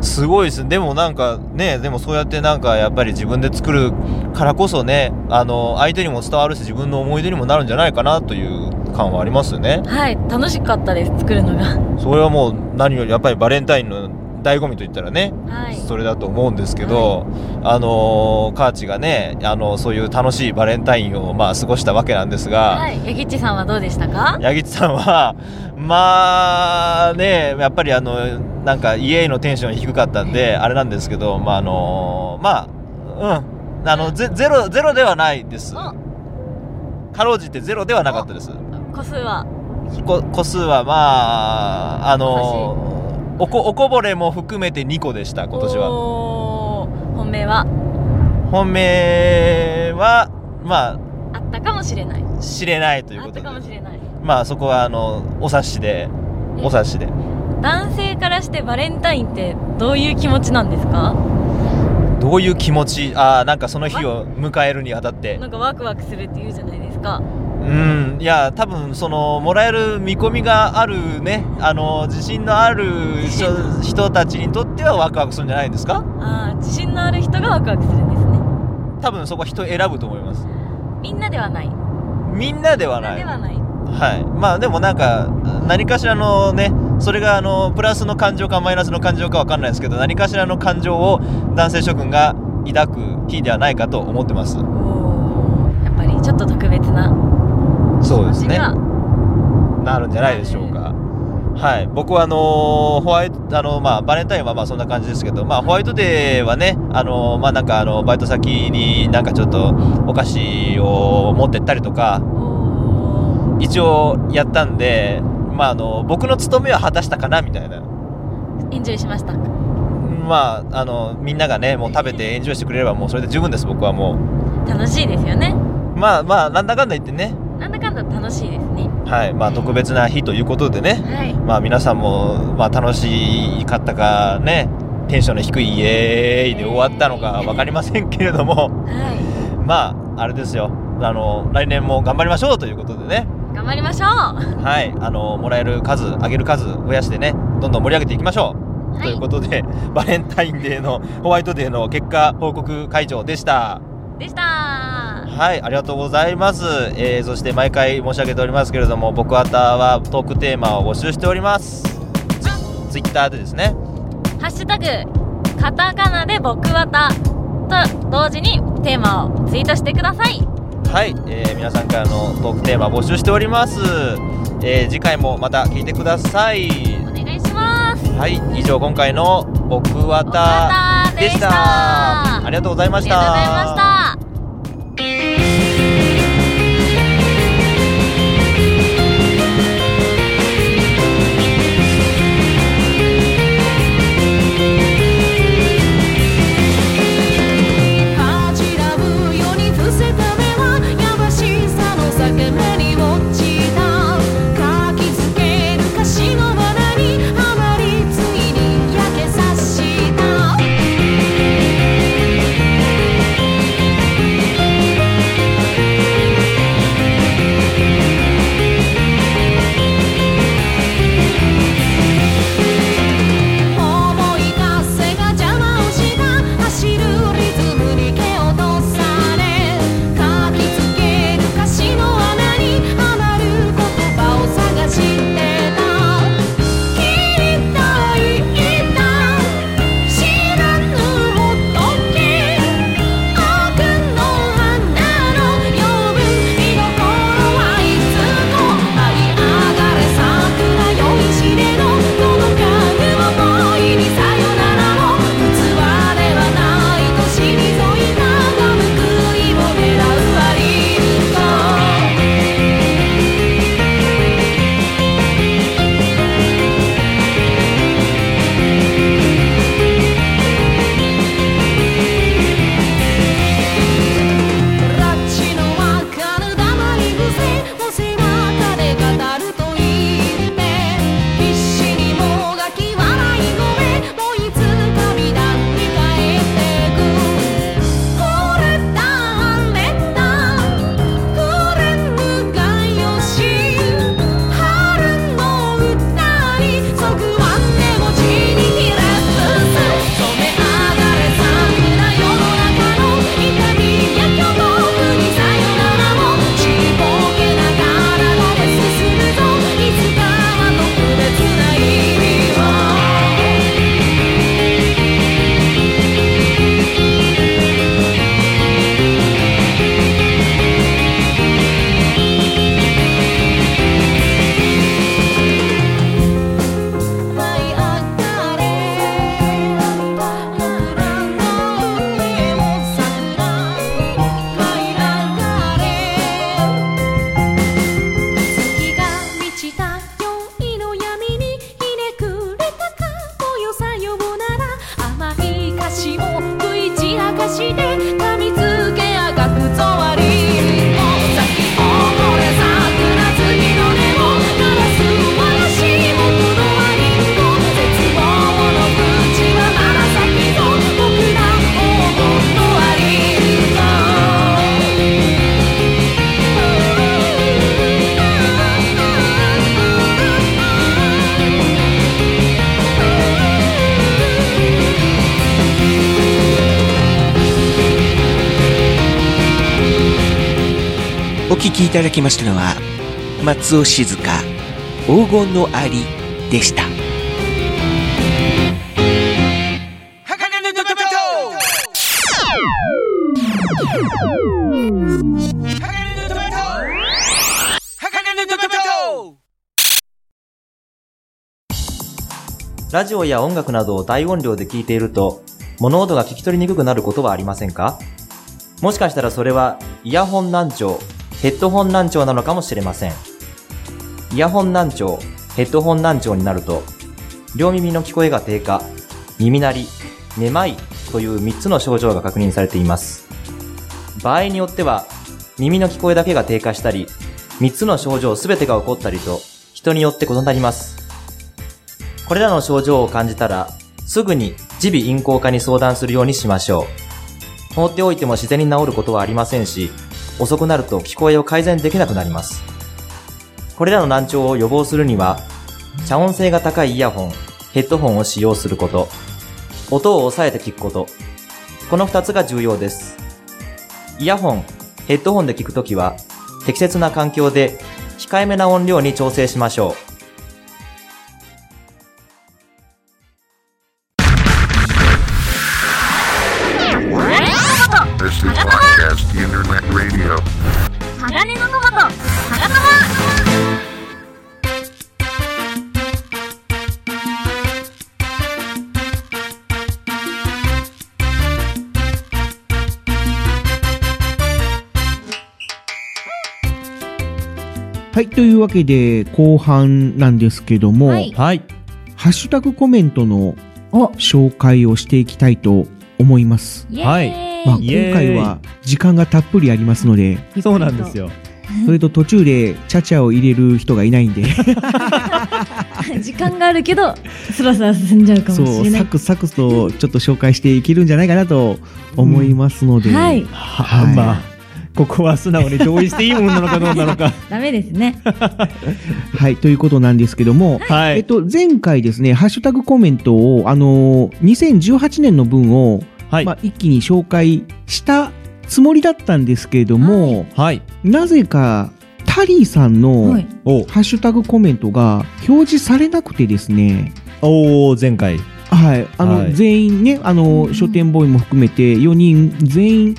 B: すごいですねでもなんかねでもそうやってなんかやっぱり自分で作るからこそねあの相手にも伝わるし自分の思い出にもなるんじゃないかなという感はありますよね
A: はい楽しかったです作るのが
B: それはもう何よりやっぱりバレンタインの醍醐味といったらね、それだと思うんですけど、あのーカーチがねあのそういう楽しいバレンタインをまあ過ごしたわけなんですが、
A: はいヤギッチさんはどうでしたか
B: 八木さんは まあねやっぱりあのなんか家へのテンション低かったんであれなんですけどまああのまあうんあのゼゼロゼロではないですかろうじてゼロではなかったです
A: 個数は
B: こ個数はまああのおこおこぼれも含めて2個でした今年は
A: おー本命は
B: 本命はま
A: あったかもしれない
B: あ知れないという
A: あ
B: こ
A: った
B: と
A: かもしれない
B: まあそこはあのお察しでお察しで
A: 男性からしてバレンタインってどういう気持ちなんですか
B: どういう気持ちああなんかその日を迎えるにあたって
A: なんかワクワクするって言うじゃないですか
B: うんいや多分そのもらえる見込みがあるねあの自信のある人人たちにとってはワクワクするんじゃないですか
A: ああ自信のある人がワクワクするんですね
B: 多分そこは人選ぶと思います
A: みんなではない
B: みんなではない
A: ではない
B: はいまあでもなんか何かしらのねそれがあのプラスの感情かマイナスの感情かわかんないですけど何かしらの感情を男性諸君が抱く日ではないかと思ってます
A: やっぱりちょっと特別な
B: そうです
A: 気持
B: ね
A: ちが
B: なるんじゃないでしょうか。はい、僕はあのーホワイトあのまあバレンタインはまあそんな感じですけど、まあホワイトデーはねあのまあなんかあのバイト先になんかちょっとお菓子を持ってったりとか一応やったんで、まああの僕の務めは果たしたかなみたいな。
A: エンジョイしました
B: まああのみんながねもう食べてエンジョイしてくれればもうそれで十分です僕はも
A: 楽しいですよね
B: う。まあまあなんだかんだ言ってね、
A: なんだかんだ楽しいですね
B: はいまあ特別な日ということでね。
A: はい
B: まあ皆さんも、まあ、楽しかったかねテンションの低い「イエーイ!」で終わったのか分かりませんけれども、 まああれですよあの来年も頑張りましょうということでね
A: 頑張りましょう
B: はいあのもらえる数あげる数増やしてねどんどん盛り上げていきましょう、ということでバレンタインデーのホワイトデーの結果報告会場でした。
A: でした
B: はい、ありがとうございます。えーそして毎回申し上げておりますけれども、僕あたはトークテーマを募集しております。ツイッターでですね。
A: ハッシュタグカタカナで僕わたと同時にテーマをツイートしてください
B: はい、えー皆さんからのトークテーマ募集しております。えー次回もまた聞いてください。
A: お願いします
B: はい、以上今回の僕わた
A: また
B: で
A: で
B: し。
A: した
B: ありがとうございました。
A: ありがとうございました
K: 恥じらうように伏せた目はやばしさの裂け目に落ちた書きつける歌詞の罠にはまりついに焼けさした
O: 聴きいただきましたのは松尾静香黄金のアリでした
K: 鋼のトマ
B: ラジオや音楽などを大音量で聞いていると、物音が聞き取りにくくなることはありませんかもしかしたらそれは、イヤホン難聴、ヘッドホン難聴なのかもしれません。イヤホン難聴、ヘッドホン難聴になると、両耳の聞こえが低下、耳鳴り、めまいという3つの症状が確認されています。場合によっては、耳の聞こえだけが低下したり、3つの症状すべてが起こったりと、人によって異なります。これらの症状を感じたら、すぐに耳鼻咽喉科に相談するようにしましょう。放っておいても自然に治ることはありませんし、遅くなると聞こえを改善できなくなります。これらの難聴を予防するには、遮音性が高いイヤホン、ヘッドホンを使用すること、音を抑えて聞くこと、この二つが重要です。イヤホン、ヘッドホンで聞くときは、適切な環境で控えめな音量に調整しましょう。
J: This is Podcast Internet Radio.
K: 鋼のトマト鋼ト
C: はい、というわけで、後半なんですけども、
K: はい
C: ハッシュタグコメントの紹介をしていきたいと思います。
K: イエーイはい
C: まあ、
K: イエーイ
C: 今回は時間がたっぷりありますので、
P: そうなんですよ。
C: それと途中でチャチャを入れる人がいないんで、
A: 時間があるけど、スラスラ進んじゃうかも し
C: そ
A: れ
C: う、
A: な
C: サ
A: い。
C: クサクとちょっと紹介していけるんじゃないかなと思いますので、
A: うんはい
C: はい、まあ、
P: ここは素直に同意していいものなのかどうな のか。
A: ダメですね。
C: はい、ということなんですけども、えっと、前回ですね、ハッシュタグコメントを、あのー2018年の分を、まあ、一気に紹介したつもりだったんですけれども、なぜか、タリーさんの、
A: はい
C: ハッシュタグコメントが表示されなくてですね、
P: おお前回。
C: はい、あの、
P: はい
C: 全員ね、あの、書店ボーイも含めて、4人全員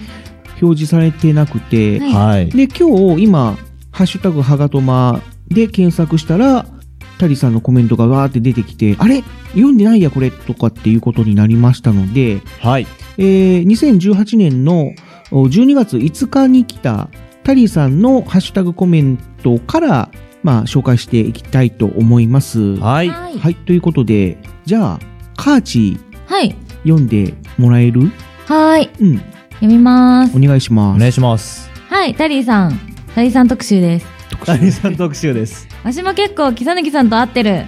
C: 表示されてなくて、
P: はい
C: で、今日、今、ハッシュタグはがとまで検索したら、タリさんのコメントがわーって出てきて、あれ読んでないや、これとかっていうことになりましたので、
P: はい。
C: えー2018年のお12月5日に来たタリーさんのハッシュタグコメントから、まあ、紹介していきたいと思います。
P: はい。
C: はい、ということで、じゃあ、カーチ
A: はい。
C: 読んでもらえる
A: はーい。
C: うん。
A: 読みます。
C: お願いします。お
P: 願いします。
A: はい、タリーさん。タリーさん特集です。
P: タリーさん特集です。
A: わしも結構、キサヌキさんと会ってる。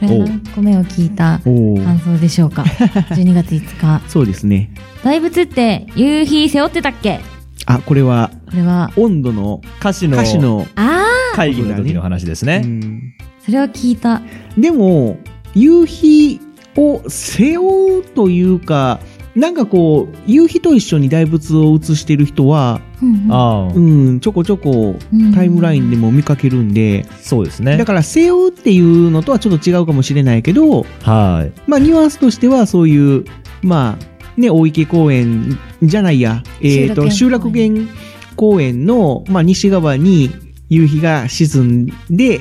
A: これ
P: おう
A: は何個目を聞いた
C: お
A: 感想でしょうか。12月5日。
C: そうですね。
A: 大仏って、夕日背負ってたっけ
C: あ、これは、
A: これは。
C: 温度の
P: 歌詞
C: の歌詞の
A: あ
P: 会議の時の話ですね。
A: ーそれは聞いた。
C: でも、夕日を背負うというか、なんかこう、夕日と一緒に大仏を写してる人は、
A: うんうん
C: うん、ちょこちょこ
A: うん
C: タイムラインでも見かけるんで、
P: そうですね
C: だから背負うっていうのとはちょっと違うかもしれないけど、
P: はい。
C: まあ、ニュアンスとしてはそういう、まあ、ね、大池公園じゃないや、えっ、と、
P: 集
C: 集落園公園の、まあ、西側に夕日が沈んで、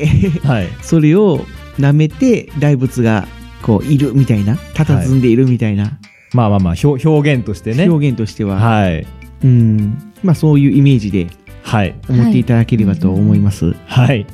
C: それを舐めて大仏がこういるみたいな、佇んでいるみたいな。
P: まあまあまあ、表表現としてね。
C: 表現としては。
P: はい。
C: うん。まあ、そういうイメージで、
P: はい。
C: 思っていただければと思います。
P: はい。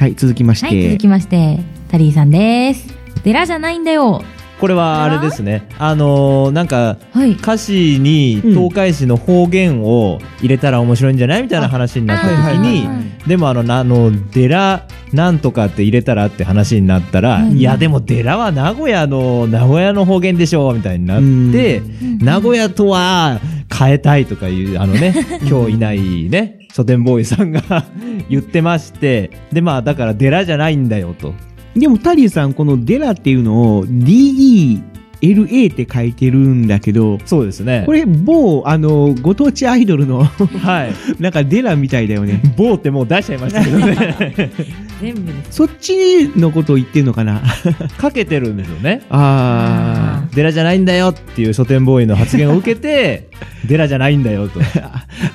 C: はい、続きまして。
A: はい、続きまして、タリーさんです。寺じゃないんだよ。
P: これはあれですね。あのーなんか、歌詞に東海市の方言を入れたら面白いんじゃないみたいな話になった時に、でもあの、なあの、寺なんとかって入れたらって話になったら、
Q: うん
P: いやでも寺は名古屋の、名古屋の方言でしょみたいになって、名古屋とは変えたいとかいう、あの ね、今日いないね、書店ボーイさんが 言ってまして、でまあだから寺じゃないんだよと。
C: でもタリーさんこの「デラ」っていうのを DELA LA って書いてるんだけど、
B: そうですね。
C: これ、某、あの、ご当地アイドルの、 はい。なんかデラみたいだよね。
B: 某ってもう出しちゃいましたけどね。
A: 全部です。
C: そっちのことを言ってんのかな
B: かけてるんですよね。
C: あ
B: あ。デラじゃないんだよっていう書店ボーイの発言を受け て、デラじゃないんだよと。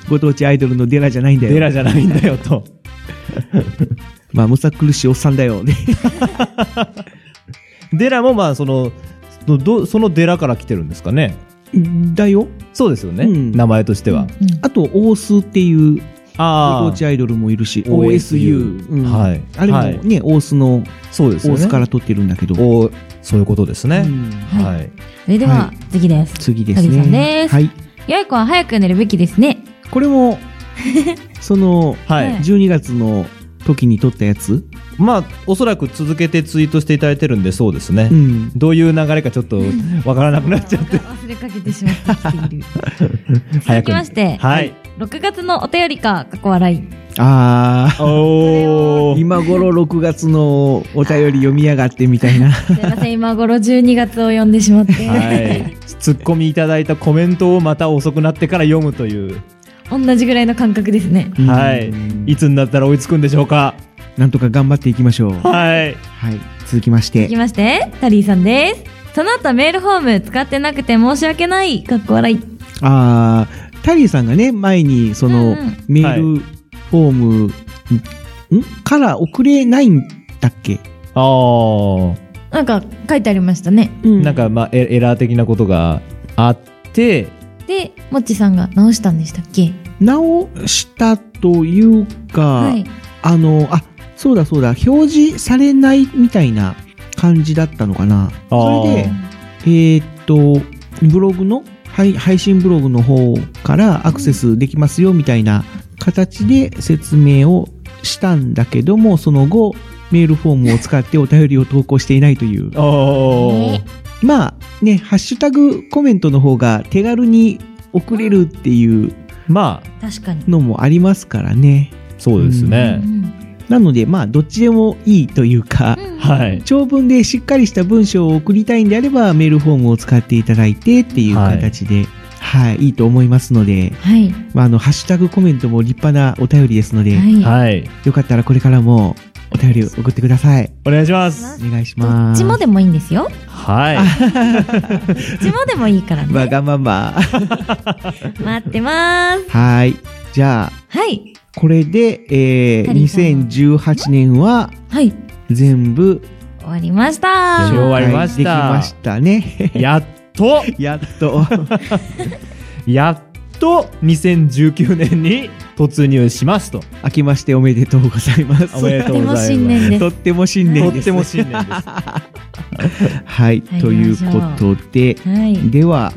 C: ご当地アイドルのデラじゃないんだ よ。
B: デラじゃないんだよと。
C: まあ、むさ苦しいおっさんだよ。
B: デラもまあそのそのどそのデラから来てるんですかね
C: だよ
B: そうですよね、名前としては、
C: あと、オースっていう、
B: あー
C: ご当地アイドルもいるし、
B: OSU
C: OSU。うん
B: はい
C: あれも
B: はい
C: ね、オースの、
B: そうですよね
C: オースから取ってるんだけど。
B: おそういうことですね、はい、
A: それでは、次です。
C: 次で
A: ですさん
C: ね。
A: です。
C: はい。
A: 良い子は早く寝るべきですね。
C: これ も、その、
A: はい
C: 12月の時に撮ったやつ
B: まあおそらく続けてツイートしていただいてるんでそうですね、
C: うん
B: どういう流れかちょっとわからなくなっちゃって
A: 忘れかけてしまってき ている。
B: 早
A: 続きまして、
B: はい、
A: 6月のお便りか、過去笑い。
C: あ
B: あ。お
C: 今頃6月のお便り読みやがってみたいな。
A: すいません、今頃12月を読んでしまって。
B: はい、ツッコミいただいたコメントをまた遅くなってから読むという、
A: 同じぐらいの感覚ですね。
B: はいいつになったら追いつくんでしょうか。
C: なんとか頑張っていきましょう。はい続きまし
A: いき
C: て。
A: まして、タリーさんです。その後メールフォーム使ってなくて申し訳ない。かっこ笑い。
C: ああ、タリーさんがね、前に、その、メールフォーム、んから送れないんだっけ
B: ああ
A: なんか書いてありましたね。
B: なんかまあエエラー的なことがあって
A: で、もっちさんが直したんでしたっけ
C: 直したというか、
A: はい
C: あの、あ、そうだそうだ、表示されないみたいな感じだったのかな。
B: あー
C: それで、えーっと、ブログの、はい配信ブログの方からアクセスできますよみたいな形で説明をしたんだけども、その後、メールフォームを使ってお便りを投稿していないという。まあね、ハッシュタグコメントの方が手軽に送れるっていう、
B: ま
A: あ、確かに。
C: のもありますからね。
B: そうですね。
C: なので、まあ、どっちでもいいというか、
B: はい、
C: 長文でしっかりした文章を送りたいんであれば、メールフォームを使っていただいてっていう形で、はい、い、いと思いますので、
A: はい。
C: まあ、あの、ハッシュタグコメントも立派なお便りですので、
A: はい
C: よかったらこれからもお便りを送ってください。
B: お願いします
C: お願いしま
A: どっ
C: す。
A: ちもでもいいんですよ。
B: はい
A: どっちもでもい いからね。
C: わがまま。
A: 待ってます。
C: はい。じゃあ、
A: はい。
C: これで、えー、
A: 二人
C: 2018年は、
A: はい。
C: 全部、
A: 終わりました。
C: 紹介できましたね。
B: やっと
C: やっと
B: やっと2019年に突入しますと
C: 明けましておめでとうございま す。
B: おめでとうございます
C: とっても新年です。
B: とっても新年
C: です。はい、
B: はい
C: ということで、
B: はい
C: では、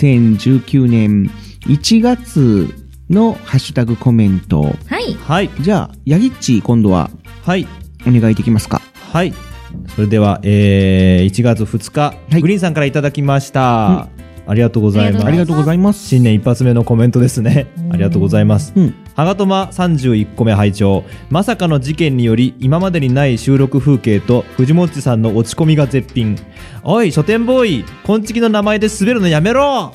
C: 2019年1月のハッシュタグコメント。
A: はい。
B: はい。
C: じゃあ、ヤギッチ、今度は、
B: はい。
C: お願いできますか。
B: はい。それでは、えー1月2日、グリーンさんからいただきました。ありがとうございます。
C: ありがとうございます。
B: 新年一発目のコメントですね。ありがとうございます。はがとま31個目拝聴まさかの事件により今までにない収録風景と藤本さんの落ち込みが絶品おい書店ボーイこんちきの名前で滑るのやめろ
C: あ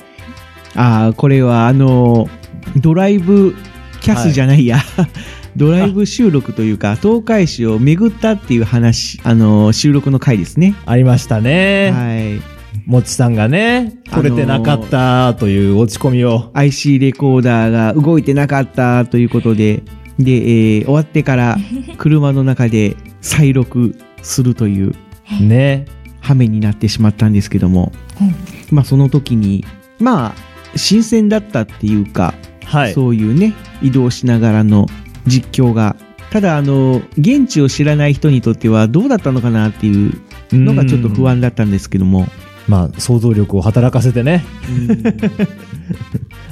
C: あ、これは、あのードライブキャスじゃないや。 ドライブ収録というか、東海市を巡ったっていう話、あのー収録の回ですね。
B: ありましたね
C: はい。
B: もちさんがね、撮れてなかったという落ち込みを。
C: IC レコーダーが動いてなかったということで、で、えー終わってから、車の中で再録するという、
B: ね。
C: 羽目になってしまったんですけども。まあ、その時に、まあ、新鮮だったっていうか、
B: はい
C: そういうね、移動しながらの実況が、ただ、あの、現地を知らない人にとってはどうだったのかなっていうのがちょっと不安だったんですけども。
B: まあ、想像力を働かせてね。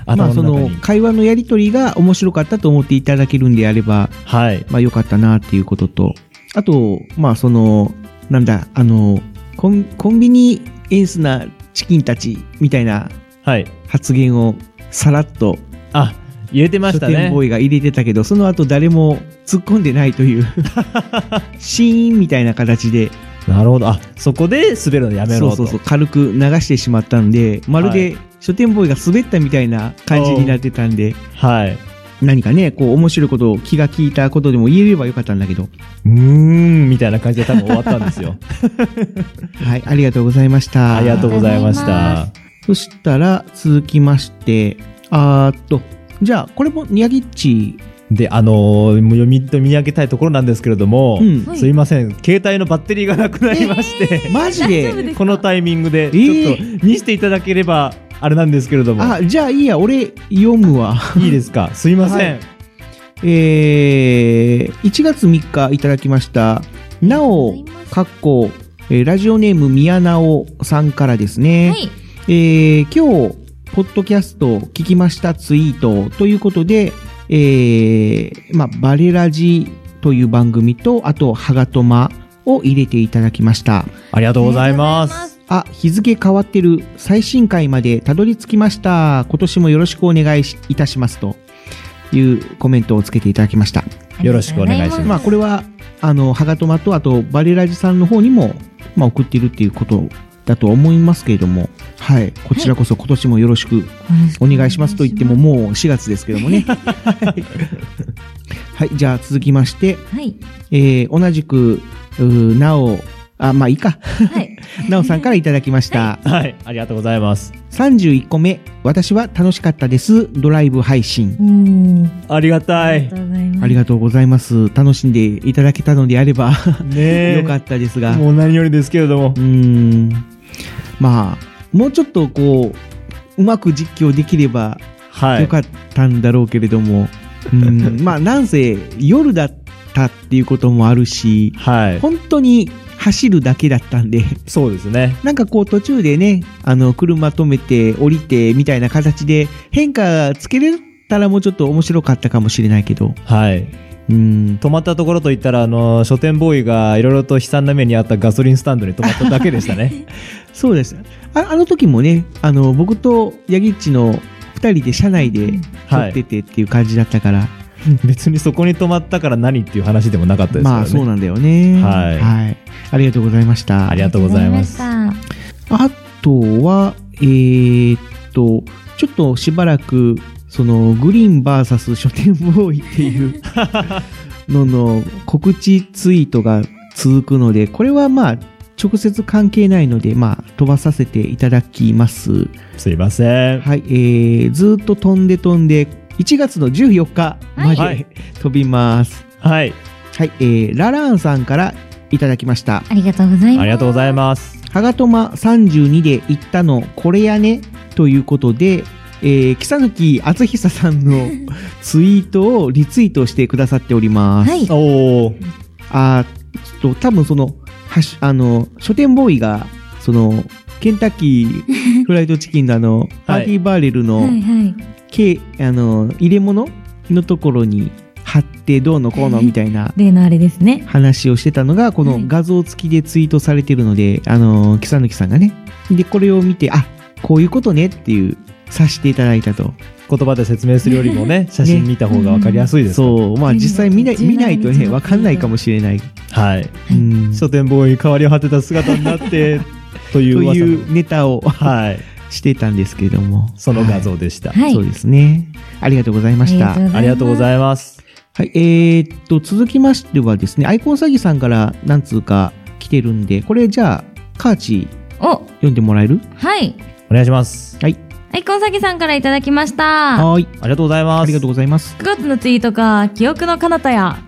C: まあ、そ
B: 頭の中
C: の
B: に
C: 会話のやりとりが面白かったと思っていただけるんであれば、
B: はい。
C: まあ、良かったなっていうことと、あと、まあ、その、なんだ、あの、コンコンビニエンスなチキンたちみたいな発言をさらっと、
B: あ、入れてましたね
C: 書店ボーイが入れてたけ ど、その後誰も突っ込んでないという、シーンみたいな形で、
E: なるほどあそこで滑るのやめ
C: そ
E: ろ
C: うそ
E: と
C: うそう軽く流してしまったんでまる
E: は
C: で書店ボーイが滑ったみたいな感じになってたんで、はい、何かねこう面白いことを気が利いたことでも言えればよかったんだけどうーんみたいな感じで多分
E: 終わったんですよ
C: はい、ありがとうございました。
E: ありがとうございました。
C: そしたら、続きまして、あーっと、じゃあ、これもニヤギッチ。
E: であのー、もう読み見上げたいところなんですけれども、
C: うん
E: すいません携帯のバッテリーがなくなりまして、
C: マジで
E: このタイミングでちょっと見せていただければあれなんですけれども、
C: あ、じゃあいいや、俺読むわ。
E: いいですかすいません、
C: はいえー、1月3日いただきました。なお、かっこ、えーラジオネーム宮直さんからですね。
K: はい
C: えー今日、ポッドキャスト聞きましたツイートということで、えーまあ、バレラジという番組と、あと、ハガトマを入れていただきました。
E: ありがとうございます。
C: あ、日付変わってる最新回までたどり着きました。今年もよろしくお願いしいたしますというコメントをつけていただきました。
E: よろしくお願いします
C: まあこれはあのハガトマとあとバレラジさんの方にもまあ送っているっていうことだと思いますけれども、はい、こちらこそ今年もよろしくお願いしますと言ってももう4月ですけども ね。はい、じゃあ続きまして、
A: はい。
C: えー同じく、うーなお、あ、まあいいか。 なおさんからいただきました。
E: はいありがとうございます
C: 31個目、私は楽しかったです。ドライブ配信。
E: ありがたい
C: ありがとうございます。楽しんでいただけたのであれば、
E: え
C: よかったですが。
E: もう何よりですけれども。
C: うーん。まあ、もうちょっとこう、うまく実況できれば、
E: はい
C: よかったんだろうけれども、う ーんまあ、なんせ夜だったっていうこともあるし、本当に走るだけだったんで、
E: そうですね。
C: なんかこう途中でね、あの、車止めて降りてみたいな形で変化つけれたらもうちょっと面白かったかもしれないけど、
E: はい
C: うん
E: 止まったところといったらあの書店ボーイがいろいろと悲惨な目にあったガソリンスタンドに止まっただけでしたね
C: そうです。ああの時もね、あの、僕とヤギッチの2人で車内で撮
E: はい
C: っててっていう感じだったから、
E: 別にそこに止まったから何っていう話でもなかったですからね
C: まあそうなんだよね。
E: はい
C: ありがとうございました。あり
E: がとうございます
A: あ
C: あとは、えーっと、ちょっとしばらく、その、グリーン VS 書店ボーイっていう のの告知ツイートが続くので、これはまあ、直接関係ないので、まあ、飛ばさせていただきます。
E: すいません。
C: はい、えー、ずーっと飛んで飛んで、1月の14日まで、
E: はい
C: 飛びます。
E: はい。
C: はい、えー、ラランさんからいただきました。
A: りがとうございます。
E: ありがとうございます。
C: はがとま32で行ったの、これやね、ということで、えー、木佐貫厚久さ んのツイートをリツイートしてくださっております。
A: はい。
E: お
C: あーちょっと、多分その、はし、あの、書店ボーイが、その、ケンタッキーフライドチキンのあ の、パーティーバーレルの、
A: はいはい。
C: けあの、入れ物のところに貼ってどうのこうのみたいな
A: 例のあれですね。
C: 話をしてたのが、この画像付きでツイートされてるので、あの、木佐貫さんがね。で、これを見て、あ、こういうことねっていう、さしていただいたと。
E: 言葉で説明するよりも ね写真見た方が分かりやすいですから
C: そう、まあ実際見ない見ないとね、分かんないかもしれない。
E: はい
C: うん
E: 書店ボーイ変わりを果てた姿になってという噂の
C: というネタを、 してたんですけれども。
E: その画像でした
C: はい
E: はい
C: そうですね。ありがとうございました。
E: ありがとうございます
C: はい、えーっと、続きましてはですね、アイコン詐欺さんから何通か来てるんで、これじゃあ、カーチ、
A: お
C: 読んでもらえる
A: はい。
E: お願いします。
C: はい。
A: アイコンサギさんからいただきました。
C: はい。
E: ありがとうございます。ありが
C: とうござい ます。
A: 9月のツイートか、記憶の彼方や。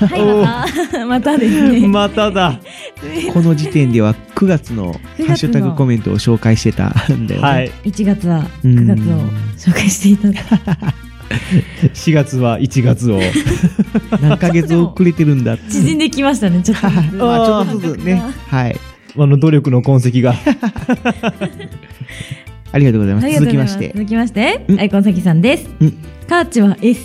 A: はい、また、またですね。
E: まただ。
C: この時点では9月の
A: 月の
C: ハッシュタグコメントを紹介してたんだよね。
E: はい
A: 1月は
C: うん
A: 9月を紹介していただい
E: 4月は1月を
C: 何ヶ月遅れてるん だって
A: て、縮んできましたね、ちょっとず つ。
C: まあちょっとずつね。はい。
E: あの努力の痕跡 が。
C: ありがとうございま
A: あ
C: す。
A: りがと
C: 続き
A: うございま
C: ますして。
A: 続きまして、アイコンサギさんです。カーチは S。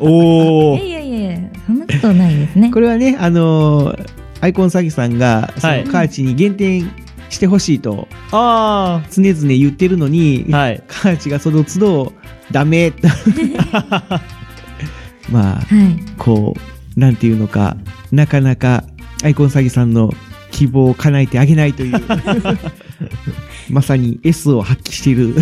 E: お
A: いやいやいや、そんなことないですね。
C: これはね、あのーアイコン詐欺さんが、そのカーチに減点してほしいと、常々言ってるのに、カーチがその都度、ダメ まあ、
A: はい
C: こう、なんていうのか、なかなか、アイコン詐欺さんの希望を叶えてあげないと いうまさに S を発揮している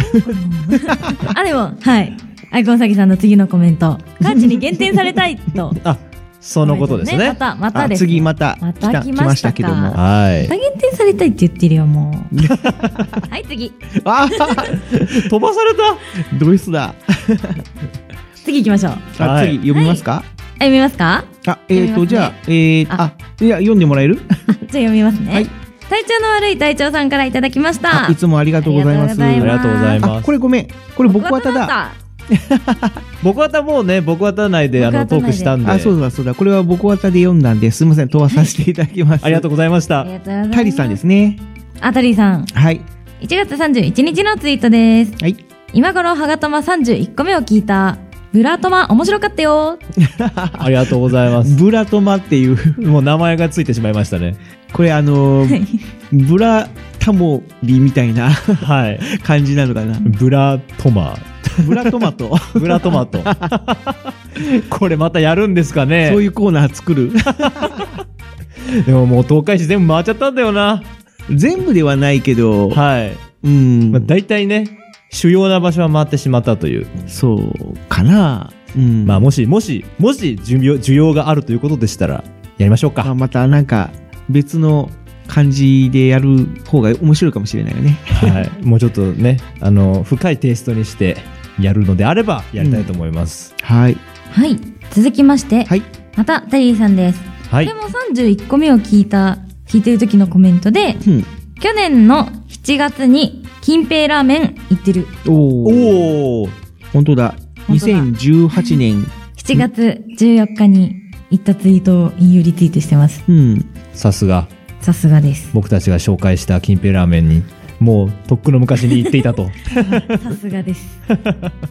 A: あ、でも、はい。アイコンサギさんの次のコメント。カーチに減点されたい と。
B: あ、そのことですね。
A: また、またです。
C: 次また
A: ま
C: 来た
A: た
C: 来
A: 来
C: ま
A: ま
C: し
A: したた
C: け
A: け
C: ど
A: ど
C: も
A: も。
B: はい
A: また減点されたいって言ってるよ、もう。はい、次。
C: あ
B: 飛ばされた
C: ドイツだ。
A: 次行きましょう。
C: あ、次読みますか、
A: あ読みますか
C: あ、えっ、ー、と、
A: 読みますね
C: じゃあ、えー、あいや、読んでもらえる
A: じゃあ読みますね。体調の悪い隊長さんからいただきました。
C: いつもありがとうございます。
A: ありがとうございますありがとうございます
C: あこれごめん。これ僕はただ。
B: 僕はたもうね、僕はた内であのトークしたんで。
C: あ、そうだそうだ。これは僕はたで読んだんです。すみません。飛ばさせていただきます。ありがと
B: うございました
A: りがとうございます
C: タリさんですね。
A: あたりさん。
C: はい。
A: 1月31日のツイートです。今頃、はがとま31個目を聞いた。ブラトマ面白かったよ。
B: ありがとうござい ます。
C: ブラトマっていう
B: もう名前がついてしまいましたね。
C: これあのーブラタモリみたいな、 感じなのかな。
B: ブラトマ。
C: ブラトマト。
B: ブラトマト。 これまたやるんですかね。
C: そういうコーナー作る。
B: でももう東海市全部回っちゃったんだよな。
C: 全部ではないけど。
B: はい。
C: うん。
B: まあ、大体ね、主要な場所は回ってしまったという。
C: そうかな。うん。
B: まあもし、もし、もし需要需要があるということでしたら、やりましょうか。
C: またなんか別の感じでやる方が面白いかもしれないよね。
B: はい、もうちょっとね、あの、深いテイストにしてやるのであれば、やりたいと思います。
C: はい。
A: はい。続きまして。また、タリーさんです。
B: はい
A: これも31個目を聞いた、聞いてる時のコメントで、去年の7月に、金平ラーメン行ってる。
C: おお。本当だ。
A: 本当だ
C: 2018年。
A: 7月14日に行ったツイートを引用リツイートしてます。
C: うん。
B: さすが。
A: さすがです。
B: 僕たちが紹介した金平ラーメンに、もうとっくの昔に行っていたと。
A: さすがです。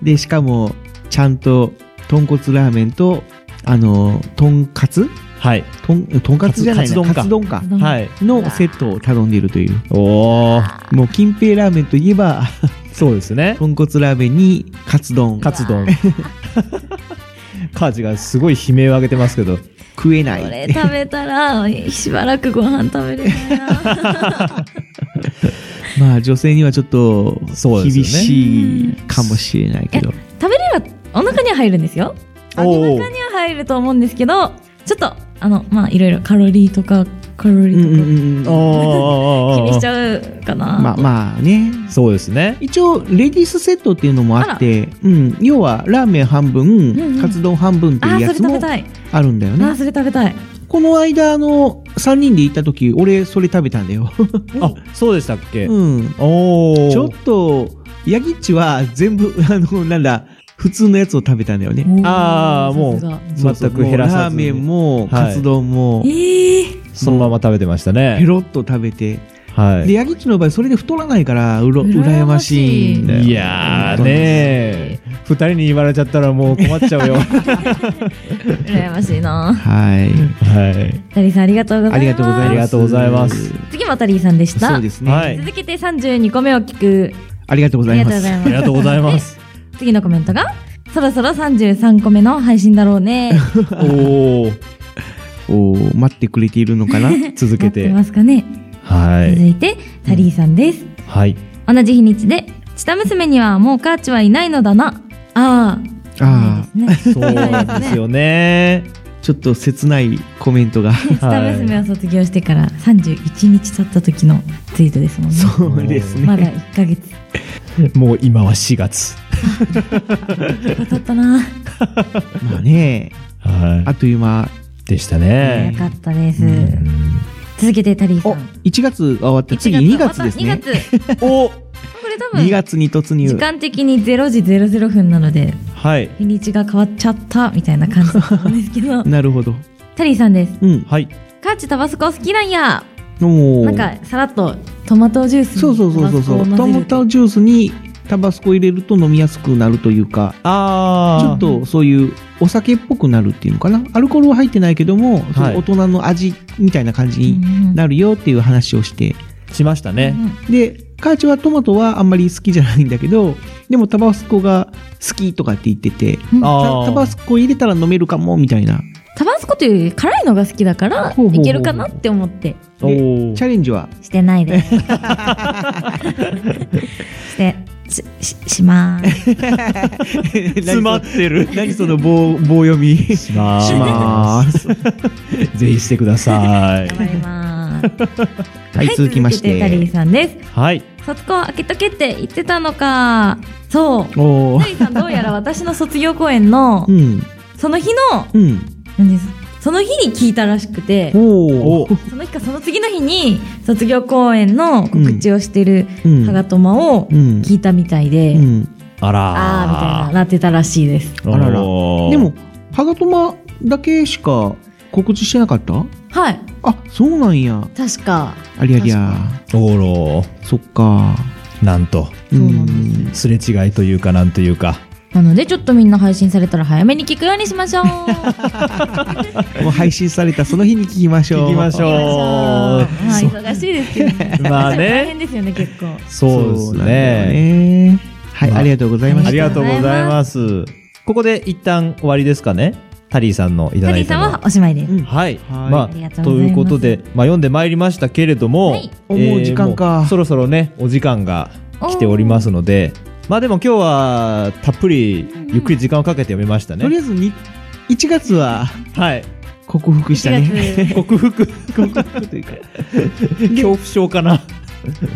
C: で、しかも、ちゃんと、豚骨ラーメンと、あの、豚カツ
B: はい。
C: とん、とんかつじゃない
B: カツ丼か
C: カツ丼か。
B: はい
C: のセットを頼んでいるという。
B: おお。
C: もう、金平ラーメンといえば、
B: そうですね。
C: 豚骨ラーメンに、カツ丼。
B: カツ丼。 カーチがすごい悲鳴を上げてますけど。
C: 食えな
A: これ食べたら、 しばらくご飯食べれない
C: まあ、女性にはちょっと、
B: そうですよね
C: 厳しいかもしれないけど。
A: 食べればお腹には入るんですよ。お腹には入ると思うんですけど、ちょっと、あの、まあ、いろいろカロリーとか、カロリーと
B: か、
A: 気にしちゃうかな。
C: まあまあね。
B: そうですね。
C: 一応、レディースセットっていうのもあって
A: あ、
C: うん。要は、ラーメン半
A: んう
C: 分、
A: ん
C: カツ丼半分って
A: あ
C: いう
A: ー、そ
C: や
A: れ
C: つ
A: 食
C: も
A: べたい。
C: あるんだよ
A: あー、
C: ね。
A: それ食べたい。
C: この間、あの、3人で行った時、俺、それ食べたんだよ。
B: あ、そうでしたっけ
C: うん。
B: お
C: ちょっと、ヤギッチは全部、 あの、なんだ、普通のやつを食べたんだよね。
B: ああ、もう、
C: そうそ
B: 全
C: う
B: く減らさずに。
C: もうラーメンも、
B: はい
C: カツ丼も、
B: そのまま食べてましたね。
C: ペロッと食べて。
B: は
C: で、ヤギッチの場合、それで太らないから、うら、羨ましいんだよ。
B: い。いやーねー二人に言われちゃったらもう困っちゃうよ。
A: 羨ましい な。
C: はい。
B: はい。
A: タリーさん、ありがとうございます。
B: ありがとうございます。。
A: 次もタリーさんでした。
C: そうですねはい
A: 続けて32個目を聞く、
C: ありがとうございます。
A: ありがとうございます 次のコメントが、そろそろ33個目の配信だろうね。
B: おー。
C: おー、待ってくれているのかな
B: 続け
A: 出
B: て。
A: ますかね。
B: は
A: 続
B: い。
A: いて、タリーさんです。
B: はい。
A: 同じ日にちで、チタ娘にはもうカーチはいないのだな。ああ、
C: あ
A: あ、
B: そうなんですよね。
C: ちょっと切ないコメントが。
A: チタ娘を卒業してから31日経った時のツイートですもんね。
C: そうです ね
A: まだ1ヶ月。
B: もう今は4月。
A: 経ったな。
C: まあね、
B: はい、
C: あっという間
B: でした
A: 早
B: ね。
A: かったです。続けてタリーさん。
C: 1月が終わって次2月です
A: ま
C: ね。
A: た2月。
B: おこ
A: れ多
C: 2
A: 分、
C: 月に突入、
A: 時。間的に0時00分なので、
B: はい。
A: 日にちが変わっちゃったみたいな感じだと思うんですけ ど
C: なるほど。
A: タリーさんです。
C: うん。
B: はい。
A: カーチタバスコ好きなんや。
C: お
A: な
C: ー
A: んか、さらっとトマトジュースに
C: そうそうそうそうそう。
A: タバス
C: ト
A: コを混ぜ
C: マ
A: る
C: トジュースにタバスコ入れると飲みやすくなるというか、ちょ
B: あ
C: っとそういうお酒っぽくなるっていうのかな。アルコールは入ってないけども、その大人の味みたいな感じになるよっていう話をして。
B: しましたね。
C: で、カーチはトマトはあんまり好きじゃないんだけど、 でもタバスコが好きとかって言ってて、
B: あ
C: タ
B: ー
C: タバスコ入れたら飲めるかもみたいな。
A: タバスコって辛いのが好きだから
C: ほうほうほ
A: いうけるかなって思って
C: でチャレンジ は
A: してないですしてしししまーす
C: 詰まってる。 何その棒棒読み。し
B: まーす
C: す。 ぜひしてください。はい、続きまし
A: 続いタリ
C: て。
A: ーさんです
B: はい。
A: 卒コン開けとけって言ってたのかそう
C: おお。
A: タリーさんどうやら私の卒業公演の
C: うん。
A: その日の
C: うん。
A: その日に聞いたらしくて
C: おお。
A: その日かその次の日に卒業公演の告知をしてるハガトマを聞いたみたいで、
B: あら
A: あーみたいななってたらしいです。
C: あらら。で
B: おー
C: も、ハガトマだけしか告知してなかった
A: はい。
C: あ、そうなんや。
A: 確か。
C: ありゃりゃ。
B: おろ
C: そっか
B: なんとすれ違いというかなんというか
A: なのでちょっとみんな配信されたら早めに聞くようにし ましょう。
C: もう配信されたその日に聞きましょう。
B: 聞きましょう
A: まあ忙しいですけど ね。
B: まあね
A: 大変ですよね結構。
B: そうです
C: ねはい、ありがとうございました。
B: ありがとうございますここで一旦終わりですかねタリーさんのいた
A: タ
B: だ
A: リ
B: い
A: ーさ
B: たの
A: んはおしまいです。
B: はい、
A: い
B: ま
A: ありが
B: あ
A: とうご
B: と
A: ざい
B: い
A: ます
B: うことで、まあ、読んでまいりましたけれども、
C: おもう時間か
B: もうそろそろねお時間が来ておりますのでまあでも今日はたっぷりゆっくり時間をかけて読めましたね、
C: とりあえずに、1月は、
B: はい
C: 克服したね。
B: 克服。
C: 克服というか。
B: 恐怖症かな。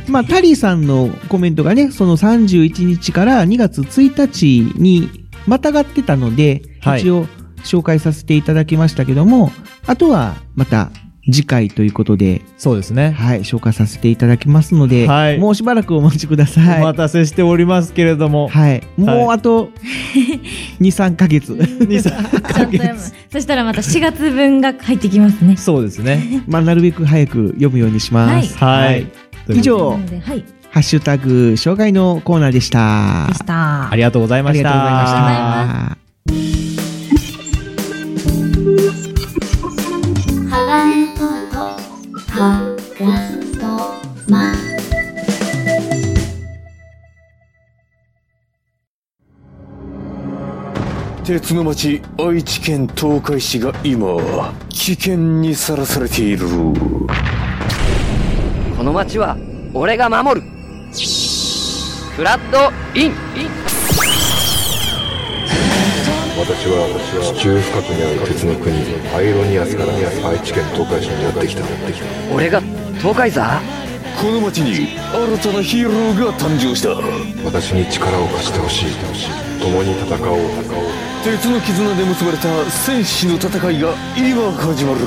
C: まあ、タリーさんのコメントがね、その31日から2月1日にまたがってたので、
B: はい
C: 一応紹介させていただきましたけども、あとはまた次回ということで、
B: そうですね。
C: はい、紹介させていただきますので、
B: はい
C: もうしばらくお待ちください。
B: お待たせしておりますけれども
C: はい。もう
B: はい
C: あ と、2、3ヶ月。
A: そしたらまた4月分が入ってきますね。
B: そうですね。
C: まあ、なるべく早く読むようにします。
B: はい
C: 以上、
A: はい。で
C: ハッシュタグ、障害のコーナーでした。
A: した。
B: ありがとうございました
C: ありがとうございました。
K: ハガネトとハガトマ
R: 鉄の町愛知県東海市が今危険にさらされている
L: この街は俺が守るフラッドイン
S: 私は地中深くにある鉄の国アイロニアスから愛知県東海市にやってきた
R: 俺が東海座この町に新たなヒーローが誕生した
S: 私に力を貸してほしい共に戦おう
R: 鉄の絆で結ばれた戦士の戦いが今始まる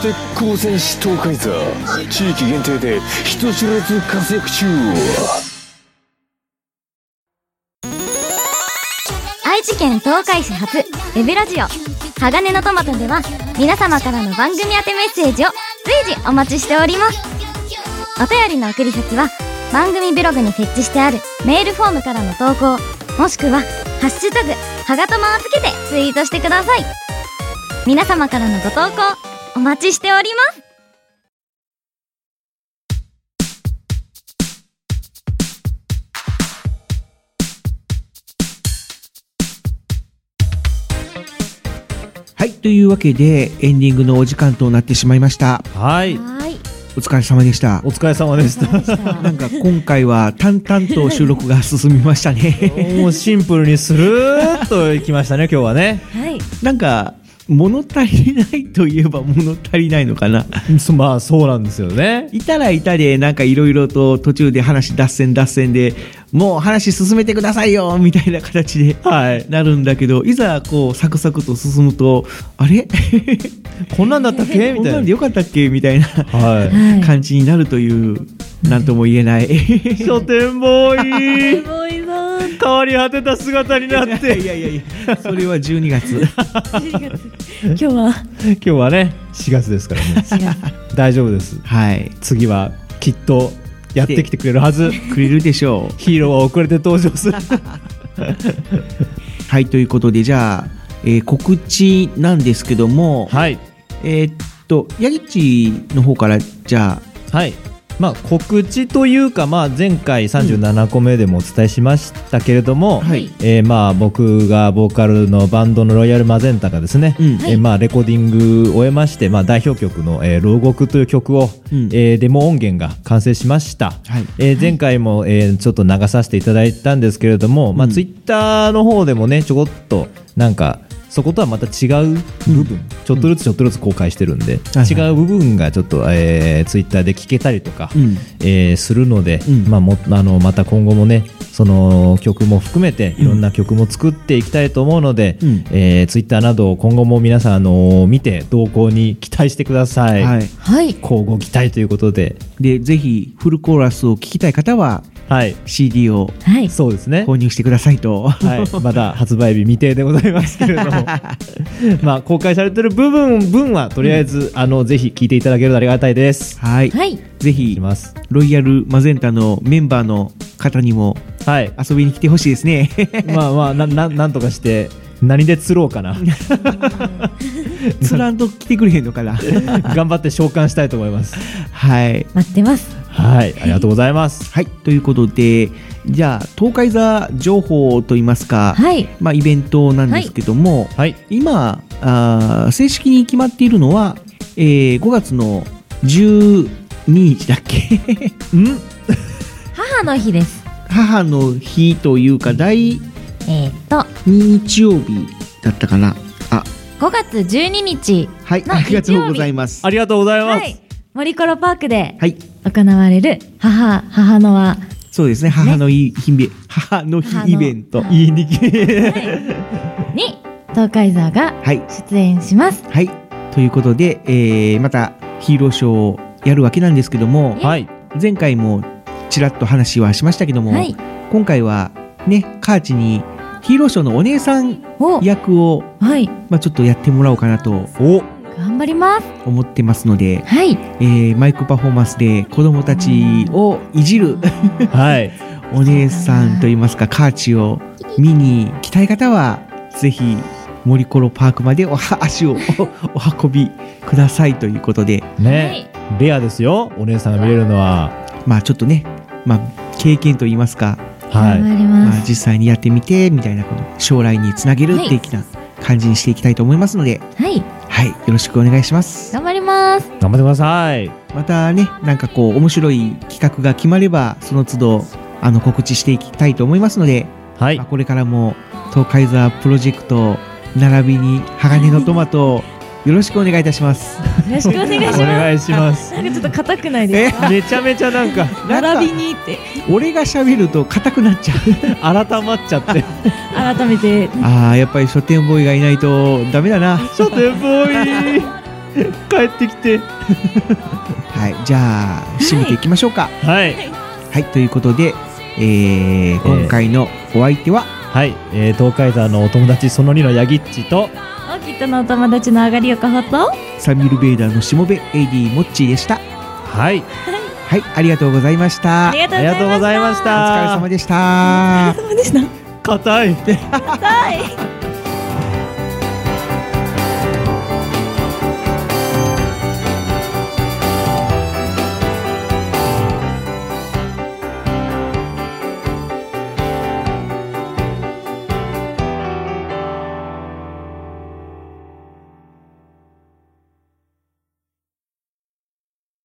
R: 鉄鋼戦士東海座地域限定で人知れず活躍中
D: 愛知県東海市発ウェブラジオ「鋼のトマト」では皆様からの番組宛てメッセージを随時お待ちしておりますお便りの送り先は番組ブログに設置してあるメールフォームからの投稿もしくは「ハッシュタグはがとま」をつけてツイートしてください皆様からのご投稿お待ちしております
C: はい、というわけで、エンディングのお時間となってしまいました。
B: はい。
C: お疲れ様でした。
B: お疲れ様でした。
C: なんか今回は淡々と収録が進みました ね。
B: もうシンプルにスルーっといきましたね、今日はね。
A: はい。
C: なんか、物足りないといえば物足りないのかな。
B: まあ そうなんですよね。
C: いたらいたで、なんかいろいろと途中で話脱線脱線で、もう話進めてくださいよみたいな形で、なるんだけど、いざこうサクサクと進むと、あれ
B: こんなんだったっけみたいな
C: こんなんでよかったっけみたいな、
B: はい
C: 感じになるという、なんとも言えない。
B: 書店ボーイ
A: ボーイさん
B: 変わり果てた姿になってい
C: や いやいやそれは12月
A: 今日は
B: 今日はね4月ですからね大丈夫です
C: はい
B: 次はきっとやってきてくれるはず
C: くれるでしょう
B: ヒーローは遅れて登場する
C: はい、ということで、じゃあ、えー告知なんですけども、
B: はい。
C: えーっと、ヤギッチの方から、じゃあ、
B: はい。まあ、告知というか、まあ、前回37個目でもお伝えしましたけれども、えーまあ、僕がボーカルのバンドのロイヤルマゼンタがですね、えーまあ、レコーディングを終えまして、まあ、代表曲の「えー牢獄」という曲を、えーデモ音源が完成しました、えー前回も、えーちょっと流させていただいたんですけれども、まあ、ツイッターの方でもねちょこっとなんかそことはまた違う部分、ちょっとずつちょっとずつ公開してるんで、
C: はい
B: 違う部分がちょっと、えー、ツイッターで聞けたりとか、
C: うん
B: えーするので、まあ、もあのまた今後もねその曲も含めていろんな曲も作っていきたいと思うので、
C: うん
B: えーツイッターなど今後も皆さん、あの見て動向に期待してください。
C: はい
A: はい、
B: 交互期待ということで
C: でぜひフルコーラスを聞きたい方は、CD を、
B: そうですね
C: 購入してくださいと、
B: はい、まだ発売日未定でございますけれどもまあ公開されてる部分分はとりあえず、あのぜひ聞いていただけるとありがたいです
C: はい、
A: はい
C: ぜひロイヤルマゼンタのメンバーの方にも、遊びに来てほしいですね
B: まあまあなななんとかして何で釣ろうかな
C: つらんと来てくれへんのかな
B: 頑張って召喚したいと思います
C: はい
A: 待ってます
B: はいありがとうございます
C: はいということでじゃあ東海座情報といいますか、
A: はい
C: まあ、イベントなんですけども、今あー正式に決まっているのは、えー5月の12日だっけ ん
A: 母の日です。
C: 母の日というか第
A: えーっと、
C: 日曜日だったかなあ
A: 5月12日
C: はい
A: の
C: ありがと
A: 日
C: う
A: 曜
C: ござい
A: 日、
C: ます
B: ありがとうござい
A: ます森コロパークで
C: はい、
A: 行われる母、母の輪
C: そうですね母の 日イベ母の日イベント言いにく
A: に東海座が
C: はい
A: 出演します。
C: はい。ということで、えーまたヒーローショーをやるわけなんですけども、前回もちらっと話はしましたけども、
A: はい
C: 今回はね、カーチにヒーローショーのお姉さん役を、
A: はい
C: まあ、ちょっとやってもらおうかなと
A: 頑張ります。
C: 思ってますので、
A: はい
C: えーマイクパフォーマンスで子供たちをいじる、
B: はい、
C: お姉さんといいますかカーチを見に来たい方はぜひ森コロパークまでおは足をお お運びくださいということで
B: ね、レアですよお姉さんが見れるのは
C: まあちょっとね、まあ、経験といいますか、
B: はい頑張ります
C: あ、実際にやってみてみたいなこと将来につなげる
A: はい
C: 的な感じにしていきたいと思いますので、
A: はい、
C: はい、よろしくお願いします。
A: 頑張ります。
B: 頑張ってください。
C: またね、なんかこう、面白い企画が決まれば、その都度、あの、告知していきたいと思いますので、
B: はい。
C: これからも、東海ザプロジェクト、並びに、鋼のトマト、よろしくお願いいたします。
A: よろしくお願いします。
C: お願いします
A: なんかちょっと硬くないですか。
B: めちゃめちゃなん か、
A: 並びにって、
C: 俺が喋ると硬くなっちゃ
B: う。 改まっちゃって。
A: 改めて。
C: ああ、やっぱり書店ボーイがいないとダメだな。
B: 書店ボーイ 帰ってきて。
C: はい、じゃあ締めていきましょうか。
B: はい。
C: はい、ということで、えー、今回のお相手は、
B: はい、えー、東海座のお友達その2のヤギッチと
A: オーキッドのお友達の上がりよかほと。
C: サミュルベイダーのしもべ AD モッチーでした。
B: はい。
C: はい、ありがとうございました。
A: ありがとうございました
C: お疲れ様でした。
A: お疲れ様でした。
B: 硬い。
A: 硬い。